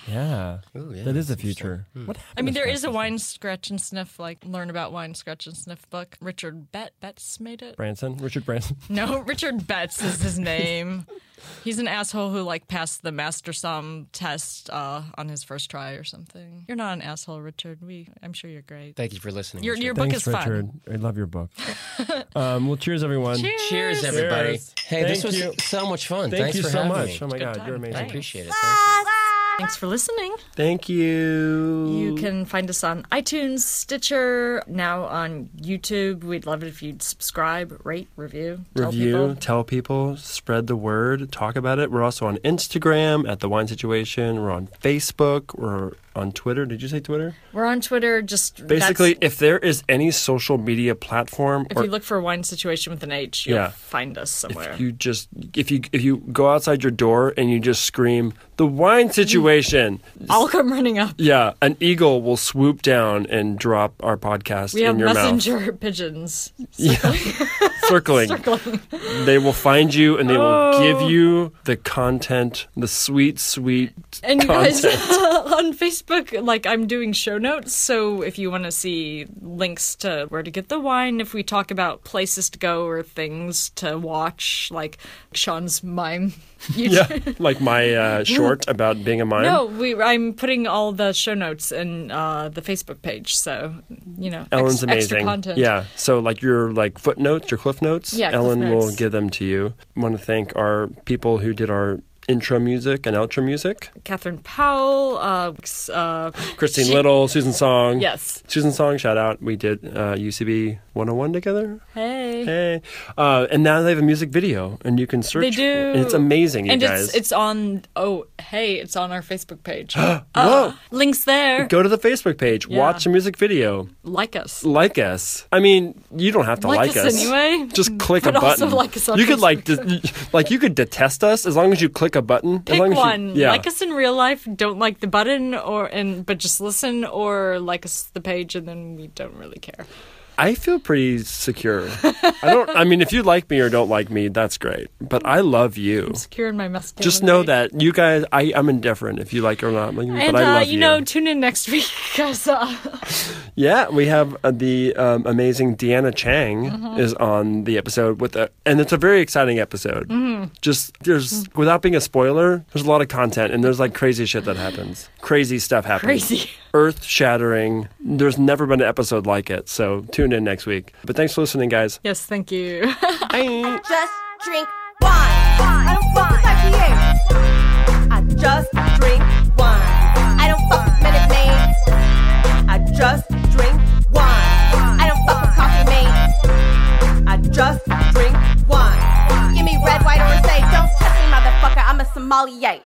S4: Yeah.
S5: Ooh, yeah,
S4: That is the
S5: that's interesting. Hmm.
S4: future. What
S3: I
S4: happened
S3: mean,
S4: to
S3: there
S4: Scratch
S3: is a
S4: and
S3: wine scratch and sniff, like learn about wine scratch and sniff book. Richard Bet Betts made it.
S4: Sniff? Branson? Richard Branson.
S3: No, Richard Betts is his name. He's an asshole who like passed the master som test uh, on his first try or something. You're not an asshole, Richard. We, I'm sure you're great.
S5: Thank you for listening.
S3: Your
S5: Richard.
S3: your book
S4: Thanks,
S3: is fun.
S4: Richard. I love your book. um, well, cheers, everyone.
S5: Cheers, everybody.
S4: Cheers.
S5: Hey, this
S4: Thank
S5: was
S4: you.
S5: so much fun.
S4: Thank
S5: Thanks
S4: you
S5: for
S4: so
S5: having
S4: much.
S5: me.
S4: Oh, my
S3: Good
S4: God.
S3: time.
S4: You're amazing.
S5: I
S3: Thanks.
S5: appreciate it. Thank you.
S3: Thanks for listening.
S4: Thank you.
S3: You can find us on iTunes, Stitcher, now on YouTube. We'd love it if you'd subscribe, rate, review, tell
S4: review,
S3: people.
S4: tell people, spread the word, talk about it. We're also on Instagram at The Wine Situation. We're on Facebook. We're on Twitter. Did you say Twitter?
S3: We're on Twitter. Just
S4: Basically,
S3: that's-
S4: if there is any social media platform
S3: if
S4: or
S3: you look for wine situation with an H, you'll
S4: Yeah.
S3: find us somewhere.
S4: you just if you if you go outside your door and you just scream the
S3: Mm-hmm.
S4: wine situation
S3: I'll come running up.
S4: yeah an eagle will swoop down and drop our podcast
S3: We have
S4: in your
S3: messenger pigeons.
S4: mouth circling they will find you and they
S3: Oh.
S4: will give you the content the sweet sweet
S3: And you
S4: content
S3: guys on Facebook, like I'm doing show notes, so if you want to see links to where to get the wine, if we talk about places to go or things to watch, like Sean's mime. YouTube.
S4: yeah, like my uh, short about being a mime.
S3: No, we. I'm putting all the show notes in uh, the Facebook page, so you know,
S4: Ellen's
S3: ex-
S4: amazing.
S3: extra content.
S4: Yeah, so like your like footnotes, your cliff notes.
S3: Yeah, cliff
S4: Ellen will
S3: notes.
S4: give them to you. want to thank our people who did our intro music and outro music.
S3: Catherine Powell. Uh, s- uh,
S4: Christine Little, Susan Song.
S3: yes.
S4: Susan Song, shout out. We did uh, UCB 101 together.
S3: Hey.
S4: Hey, uh, and now they have a music video, and you can search.
S3: They
S4: for-
S3: do.
S4: and it's amazing, you
S3: and
S4: guys.
S3: it's it's on. Oh, hey, it's on our Facebook page. Uh,
S4: Whoa.
S3: Links there.
S4: Go to the Facebook page,
S3: Yeah.
S4: watch a music video,
S3: like us.
S4: like us. I mean, you don't have to
S3: Like
S4: like,
S3: us anyway,
S4: Just click
S3: Mm. but
S4: a
S3: also
S4: button.
S3: like us on
S4: you could like, de- like you could detest us as long as you click a button. as
S3: Pick
S4: long as you-
S3: one.
S4: yeah.
S3: Like us in real life. Don't like the button, or and but just listen, or like us the page, and then we don't really care.
S4: I feel pretty secure. I don't. I mean, if you like me or don't like me, that's great. But I love you.
S3: Secure in my masculinity.
S4: Just know that you guys, I, I'm indifferent if you like or not. Like me,
S3: And
S4: but I
S3: uh,
S4: love
S3: you know, tune in next week because uh,
S4: Yeah, we have uh, the um, amazing Deanna Chang is on the episode with, a, and it's a very exciting episode. Just there's without being a spoiler, there's a lot of content and there's like crazy shit that happens. Crazy stuff happens.
S3: crazy.
S4: Earth shattering. There's never been an episode like it. So tune in next week. But thanks for listening, guys.
S3: Yes, thank you.
S4: Bye.
S1: just drink wine. I don't fuck with IPAs. I just Paul Yate.